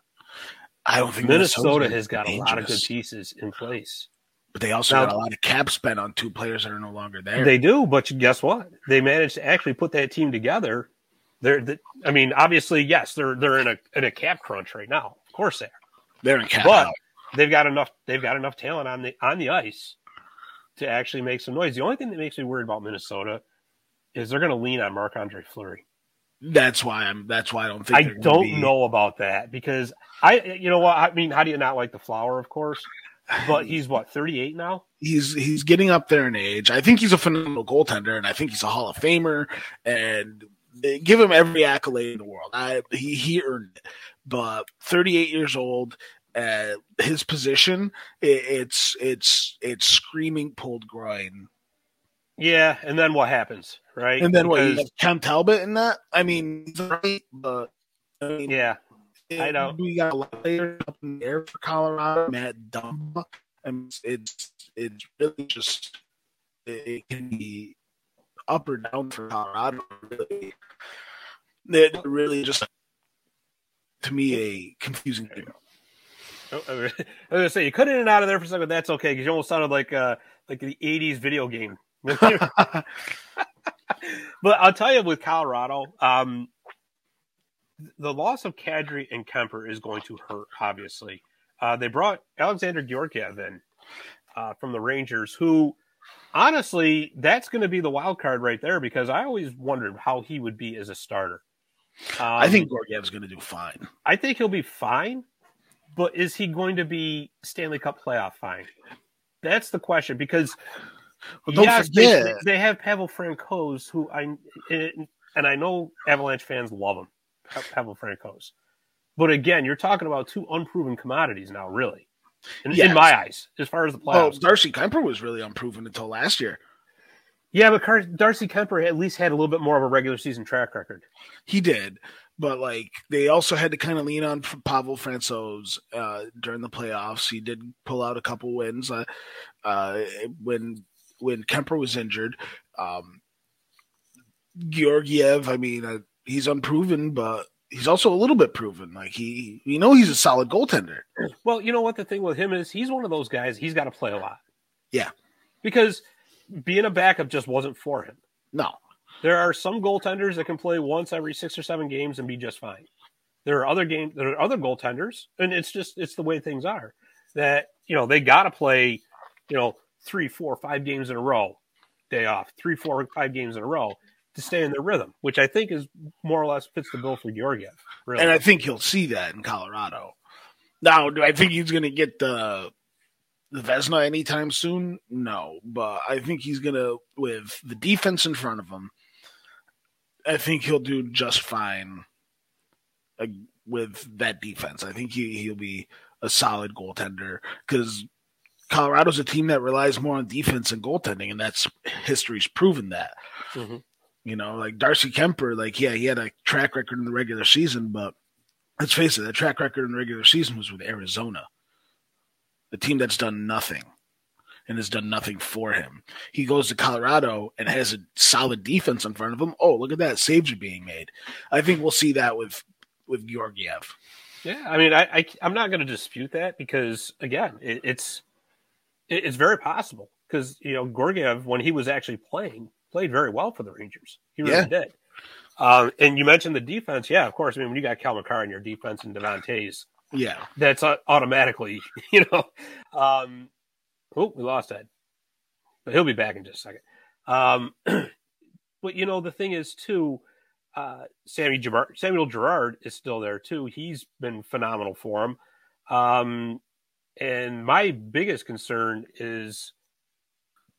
Speaker 4: I don't think
Speaker 3: Minnesota
Speaker 4: Minnesota's
Speaker 3: has got a lot of good
Speaker 4: dangerous.
Speaker 3: pieces in place.
Speaker 4: But they also
Speaker 3: Now-
Speaker 4: got a lot of cap spent on two players that are no longer there.
Speaker 3: They do, but guess what? They managed to actually put that team together. They're, th- I mean, obviously, yes, they're they're in a in a cap crunch right now. Of course, they are.
Speaker 4: They're in cap
Speaker 3: But
Speaker 4: out.
Speaker 3: they've got enough. They've got enough talent on the on the ice to actually make some noise. The only thing that makes me worried about Minnesota is they're going to lean on Marc Andre Fleury.
Speaker 4: That's why I'm. That's why I don't think.
Speaker 3: I
Speaker 4: they're gonna
Speaker 3: don't
Speaker 4: be-
Speaker 3: know about that because I, you know what? I mean, how do you not like the flower, of course? But he's what, 38 now?
Speaker 4: He's he's getting up there in age. I think he's a phenomenal goaltender, and I think he's a Hall of Famer. And they give him every accolade in the world. I he he earned it. But 38 years old, uh, his position, it, it's it's it's screaming pulled groin.
Speaker 3: Yeah. And then what happens, right?
Speaker 4: And then what? You
Speaker 3: Because-
Speaker 4: have Cam Talbot in that? I mean, he's right, but I mean,
Speaker 3: yeah. I know.
Speaker 4: We got a lot of players up in the air for Colorado. Matt Dumba. And it's it's really just it can be up or down for Colorado. Really, it really just to me a confusing. Thing.
Speaker 3: Oh, I was gonna say you cut in and out of there for a second. That's okay because you almost sounded like uh like the '80s video
Speaker 4: *laughs*
Speaker 3: game. but I'll tell you, with Colorado, um, the loss of Kadri and Kemper is going to hurt. Obviously, uh, they brought Alexander Georgiev in uh, from the Rangers, who honestly that's going to be the wild card right there because I always wondered how he would be as a starter. Um,
Speaker 4: I think Gorgiev's going to do fine.
Speaker 3: I think he'll be fine, but is he going to be Stanley Cup playoff fine? That's the question because
Speaker 4: Well, don't
Speaker 3: yes, they-
Speaker 4: forget,
Speaker 3: they, have Pavel Francouz, who I and I know Avalanche fans love him, Pa- Pavel Francouz. But again, you're talking about two unproven commodities now, really, in, in
Speaker 4: Yes.
Speaker 3: my eyes, as far as the
Speaker 4: well,
Speaker 3: playoffs.
Speaker 4: Oh, Darcy Kemper was really unproven until last year.
Speaker 3: yeah, but Car- Darcy Kemper at least had a little bit more of a regular season track record.
Speaker 4: He did, but like they also had to kind of lean on F- Pavel Francouz uh, during the playoffs. He did pull out a couple wins uh, uh, when when Kemper was injured. Um, Georgiev, I mean, uh, he's unproven, but he's also a little bit proven. Like he, you know, he's a solid goaltender.
Speaker 3: Well, you know what the thing with him is he's one of those guys, he's got to play a lot.
Speaker 4: Yeah.
Speaker 3: Because being a backup just wasn't for him.
Speaker 4: No,
Speaker 3: There are some goaltenders that can play once every six or seven games and be just fine. There are other game there are other goaltenders, and it's just it's the way things are. That you know, they gotta play, you know, three, four, five games in a row, day off, three, four, five games in a row to stay in their rhythm, which I think is more or less fits the bill for Georgiev. Really.
Speaker 4: and I think he'll see that in Colorado. Now, do I think he's going to get the the Vesna anytime soon? No, but I think he's going to with the defense in front of him. I think he'll do just fine uh, with that defense. I think he he'll be a solid goaltender because Colorado's a team that relies more on defense and goaltending, and that's history's proven that.
Speaker 3: Mhm.
Speaker 4: You know, like Darcy Kemper, like yeah, he had a track record in the regular season, but let's face it, that track record in the regular season was with Arizona, the team that's done nothing and has done nothing for him. He goes to Colorado and has a solid defense in front of him. Oh, look at that! Saves are being made. I think we'll see that with with Georgiev.
Speaker 3: Yeah, I mean, I, I am not going to dispute that because again, it, it's it, it's very possible because you know Gorgiev when he was actually playing played very well for the Rangers. He really
Speaker 4: Yeah.
Speaker 3: did. Um, and you mentioned the defense, yeah, of course. I mean, when you got Cal McCarr in your defense and Devontae's,
Speaker 4: Yeah,
Speaker 3: that's au- automatically, *laughs* you know. Um, oh, we lost Ed, but he'll be back in just a second. Um, *clears throat* but you know, the thing is too, uh, Sammy Gerard, Samuel Gerard is still there too. He's been phenomenal for him. Um, and my biggest concern is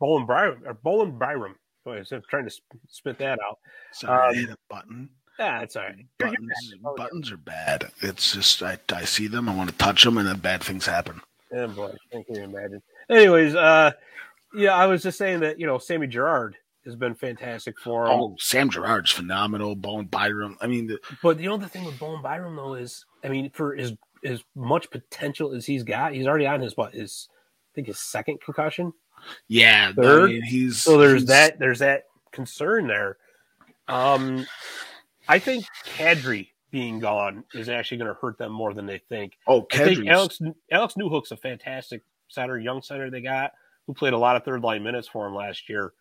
Speaker 3: Bolin Byram or Bolin Byram. Boy, I'm trying to sp- spit that out.
Speaker 4: sorry, I
Speaker 3: Um,
Speaker 4: hit a button.
Speaker 3: Yeah, it's all right. You're- you're
Speaker 4: Buttons,
Speaker 3: back. Oh,
Speaker 4: buttons are bad. It's just I, I see them, I want to touch them, and then bad things happen.
Speaker 3: Oh boy, I can imagine. Anyways, uh, yeah, I was just saying that you know Sammy Gerard has been fantastic for him.
Speaker 4: Oh, Sam Gerard's phenomenal. Bone Byram. I mean, the,
Speaker 3: But the other thing with Bone Byram though is, I mean, for as as much potential as he's got, he's already on his what his I think his second concussion.
Speaker 4: yeah, I
Speaker 3: Third?
Speaker 4: mean, he's
Speaker 3: So there's
Speaker 4: he's-
Speaker 3: that there's that concern there. Um, I think Kadri being gone is actually going to hurt them more than they think.
Speaker 4: Oh,
Speaker 3: I think
Speaker 4: Kedri's-
Speaker 3: Alex Alex Newhook's a fantastic center, young center they got who played a lot of third line minutes for him last year.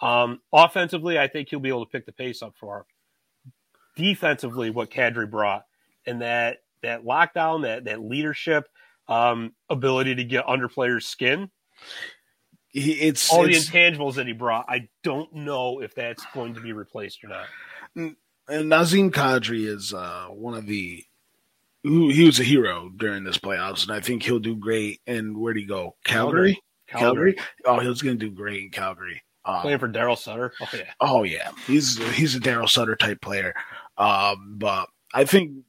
Speaker 3: Um, offensively, I think he'll be able to pick the pace up for him. Defensively, what Kadri brought and that that lockdown, that that leadership, um, ability to get under players' skin,
Speaker 4: he, it's,
Speaker 3: all
Speaker 4: it's-
Speaker 3: the intangibles that he brought. I don't know if that's going to be replaced or not.
Speaker 4: and Nazim Kadri is uh, one of the who he was a hero during this playoffs, and I think he'll do great. And where'd he go? Calgary. Calgary. Oh, he was going to do great in Calgary. Um,
Speaker 3: playing for Daryl Sutter. Oh yeah,
Speaker 4: Oh yeah, he's he's a Daryl Sutter type player. Um, but I think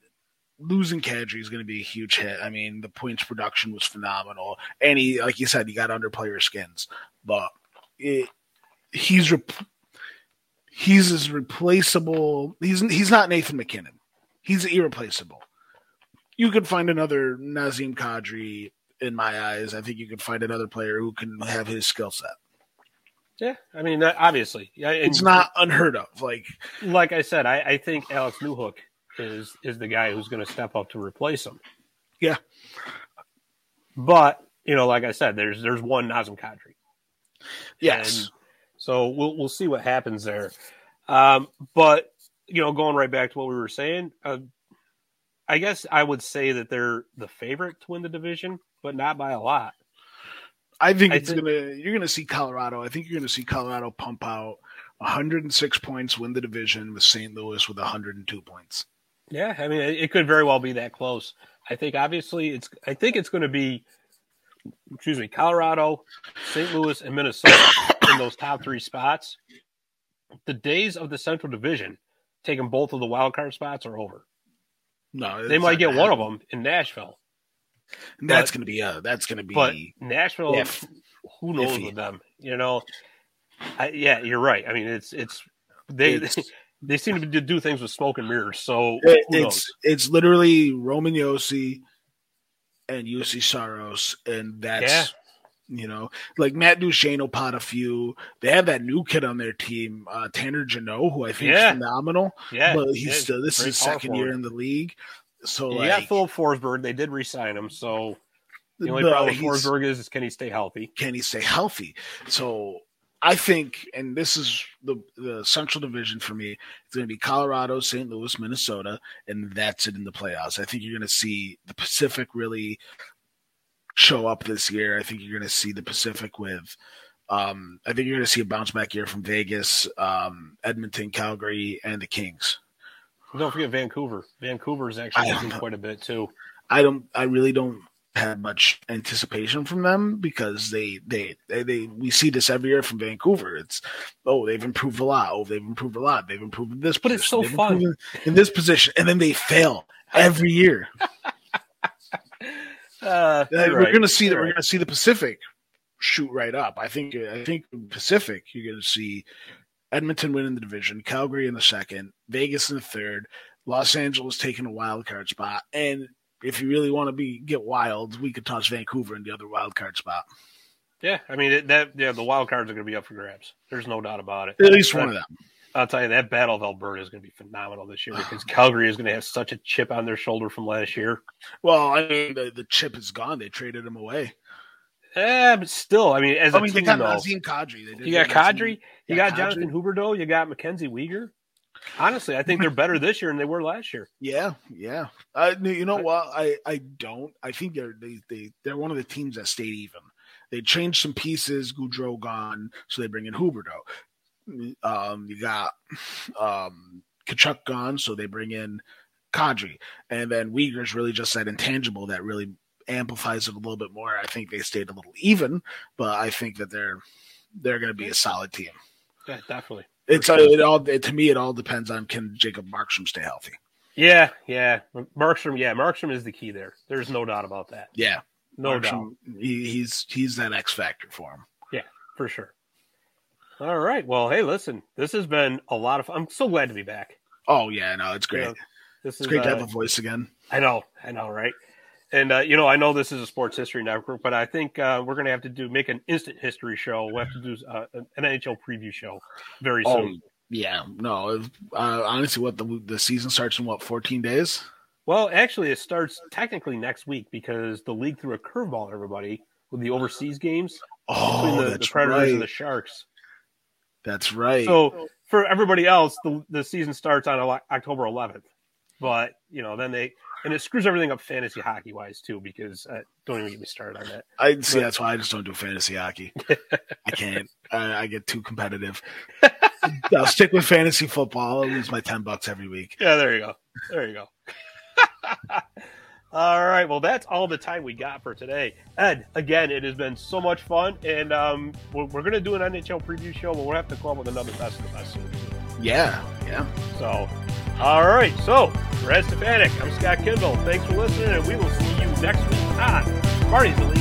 Speaker 4: losing Kadri is going to be a huge hit. I mean, the points production was phenomenal, and he, like you said, he got under player skins. But it, he's rep- he's as replaceable. He's he's not Nathan McKinnon. He's irreplaceable. You could find another Nazim Kadri. In my eyes, I think you could find another player who can have his skill set.
Speaker 3: yeah. I mean, that- obviously, yeah. and-
Speaker 4: It's not unheard of. Like
Speaker 3: like I said, I, I think Alex Newhook is is the guy who's going to step up to replace him.
Speaker 4: Yeah.
Speaker 3: but you know, like I said, there's there's one Nazem Kadri.
Speaker 4: Yes.
Speaker 3: And so we'll we'll see what happens there. Um, but you know, going right back to what we were saying, uh, I guess I would say that they're the favorite to win the division, but not by a lot.
Speaker 4: I think
Speaker 3: I
Speaker 4: it's
Speaker 3: think-
Speaker 4: gonna. You're gonna see Colorado. I think you're gonna see Colorado pump out 106 points, win the division with St. Louis with 102 points.
Speaker 3: Yeah, I mean, it, it could very well be that close. I think obviously it's. I think it's going to be, excuse me, Colorado, St. Louis, and Minnesota in those top three spots. The days of the Central Division taking both of the wild card spots are over.
Speaker 4: No,
Speaker 3: They might get one of them in Nashville,
Speaker 4: that's
Speaker 3: but-
Speaker 4: gonna be. Uh, that's gonna be.
Speaker 3: but Nashville,
Speaker 4: Yeah, f-
Speaker 3: who knows
Speaker 4: iffy.
Speaker 3: with them? You know, I, yeah, you're right. I mean, it's it's they
Speaker 4: It's-
Speaker 3: they seem to do things with smoke and mirrors. So
Speaker 4: it-
Speaker 3: who knows?
Speaker 4: it's it's literally Roman Yossi and UC Saros, and that's you know like Matt Duchene will pot a few. They have that new kid on their team, uh, Tanner Janot, who I think
Speaker 3: Yeah.
Speaker 4: is phenomenal.
Speaker 3: yeah,
Speaker 4: but he's
Speaker 3: yeah,
Speaker 4: still this is
Speaker 3: great
Speaker 4: his
Speaker 3: power
Speaker 4: second
Speaker 3: forward.
Speaker 4: year in the league. So
Speaker 3: Yeah,
Speaker 4: like,
Speaker 3: Philip Forsberg. They did re-sign him, so the only
Speaker 4: no,
Speaker 3: problem with
Speaker 4: he's-
Speaker 3: Forsberg is, is can he stay healthy?
Speaker 4: can he stay healthy? So I think, and this is the the central division for me. It's going to be Colorado, St. Louis, Minnesota, and that's it in the playoffs. I think you're going to see the Pacific really show up this year. I think you're going to see the Pacific with. Um, I think you're going to see a bounce back year from Vegas, um, Edmonton, Calgary, and the Kings.
Speaker 3: Don't forget Vancouver. Vancouver's actually
Speaker 4: I don't
Speaker 3: losing
Speaker 4: know.
Speaker 3: quite a bit
Speaker 4: *laughs*
Speaker 3: too.
Speaker 4: I don't. I really don't have much anticipation from them because they they they, they we see this every year from Vancouver. It's oh they've improved a lot. Oh they've improved a lot. They've improved in this.
Speaker 3: But it's
Speaker 4: position.
Speaker 3: so
Speaker 4: They've
Speaker 3: fun.
Speaker 4: improved in this position, and then they fail every year.
Speaker 3: Uh,
Speaker 4: Uh,
Speaker 3: you're
Speaker 4: We're
Speaker 3: right.
Speaker 4: gonna see that.
Speaker 3: You're
Speaker 4: We're
Speaker 3: right.
Speaker 4: gonna see the Pacific shoot right up. I think. I think Pacific. You're gonna see Edmonton win in the division, Calgary in the second, Vegas in the third, Los Angeles taking a wild card spot, and if you really want to be get wild, we could toss Vancouver in the other wild card spot.
Speaker 3: Yeah, I mean it, that. Yeah, the wild cards are going to be up for grabs. There's no doubt about it.
Speaker 4: At least one of them.
Speaker 3: I'll tell you that battle of Alberta is going to be phenomenal this year
Speaker 4: *sighs*
Speaker 3: because Calgary is going to have such a chip on their shoulder from last year.
Speaker 4: Well, I mean, the, the chip is gone. They traded him away.
Speaker 3: Yeah, Eh, but still, I mean, as a
Speaker 4: I mean, they
Speaker 3: team,
Speaker 4: got
Speaker 3: though,
Speaker 4: Nazim Kadri. They did
Speaker 3: you got
Speaker 4: get Nazem-
Speaker 3: Kadri, you
Speaker 4: got
Speaker 3: got Jonathan Huberdeau, you got Mackenzie Weegar. Honestly, I think they're better this year than they were last year.
Speaker 4: Yeah, yeah. I no, you know what? I I don't. I think they're they they they're one of the teams that stayed even. They changed some pieces. Goudreau gone, so they bring in Huberto. Um, you got um Kachuk gone, so they bring in Kadri, and then Uyghur's really just that intangible that really amplifies it a little bit more. I think they stayed a little even, but I think that they're they're going to be a solid team.
Speaker 3: Yeah, definitely.
Speaker 4: It's uh it all it, to me. It all depends on can Jacob Markstrom stay healthy.
Speaker 3: Yeah, yeah. Markstrom, yeah, Markstrom is the key there. There's no doubt about that.
Speaker 4: Yeah.
Speaker 3: No doubt,
Speaker 4: He, he's he's that X factor for him.
Speaker 3: for sure. All right. Well, hey, listen, this has been a lot of fun. I'm so glad to be back.
Speaker 4: Oh yeah, no, it's great.
Speaker 3: Yeah, This
Speaker 4: it's great
Speaker 3: uh,
Speaker 4: to have a voice again.
Speaker 3: I know, I know, right? And uh, you know, I know this is a sports history network, but I think uh, we're going to have to do make an instant history show. We'll have to do uh, an NHL preview show very
Speaker 4: Oh,
Speaker 3: soon.
Speaker 4: Yeah, no. if- Uh, honestly, what the the season starts in what fourteen days?
Speaker 3: Well, actually, it starts technically next week because the league threw a curveball at everybody with the overseas games between
Speaker 4: Oh,
Speaker 3: the, the
Speaker 4: that's
Speaker 3: Predators
Speaker 4: right.
Speaker 3: and the Sharks.
Speaker 4: that's right.
Speaker 3: So for everybody else, the, the season starts on Oc- October 11th. But you know, then they and it screws everything up fantasy hockey wise too because uh, don't even get me started on that.
Speaker 4: I see. That's why I just don't do fantasy
Speaker 3: *laughs*
Speaker 4: hockey. I can't. I, I get too competitive. *laughs* I'll stick with fantasy football. I'll lose my ten bucks every week.
Speaker 3: Yeah, there you go. There you go. *laughs* all right. Well, that's all the time we got for today. Ed, again, it has been so much fun, and um, we're, we're going to do an NHL preview show, but we'll have to come up with another best of the best soon. too.
Speaker 4: Yeah, yeah.
Speaker 3: So, all right. So, for Ed Stefanik, I'm Scott Kindle. Thanks for listening, and we will see you next week on Parties Elite.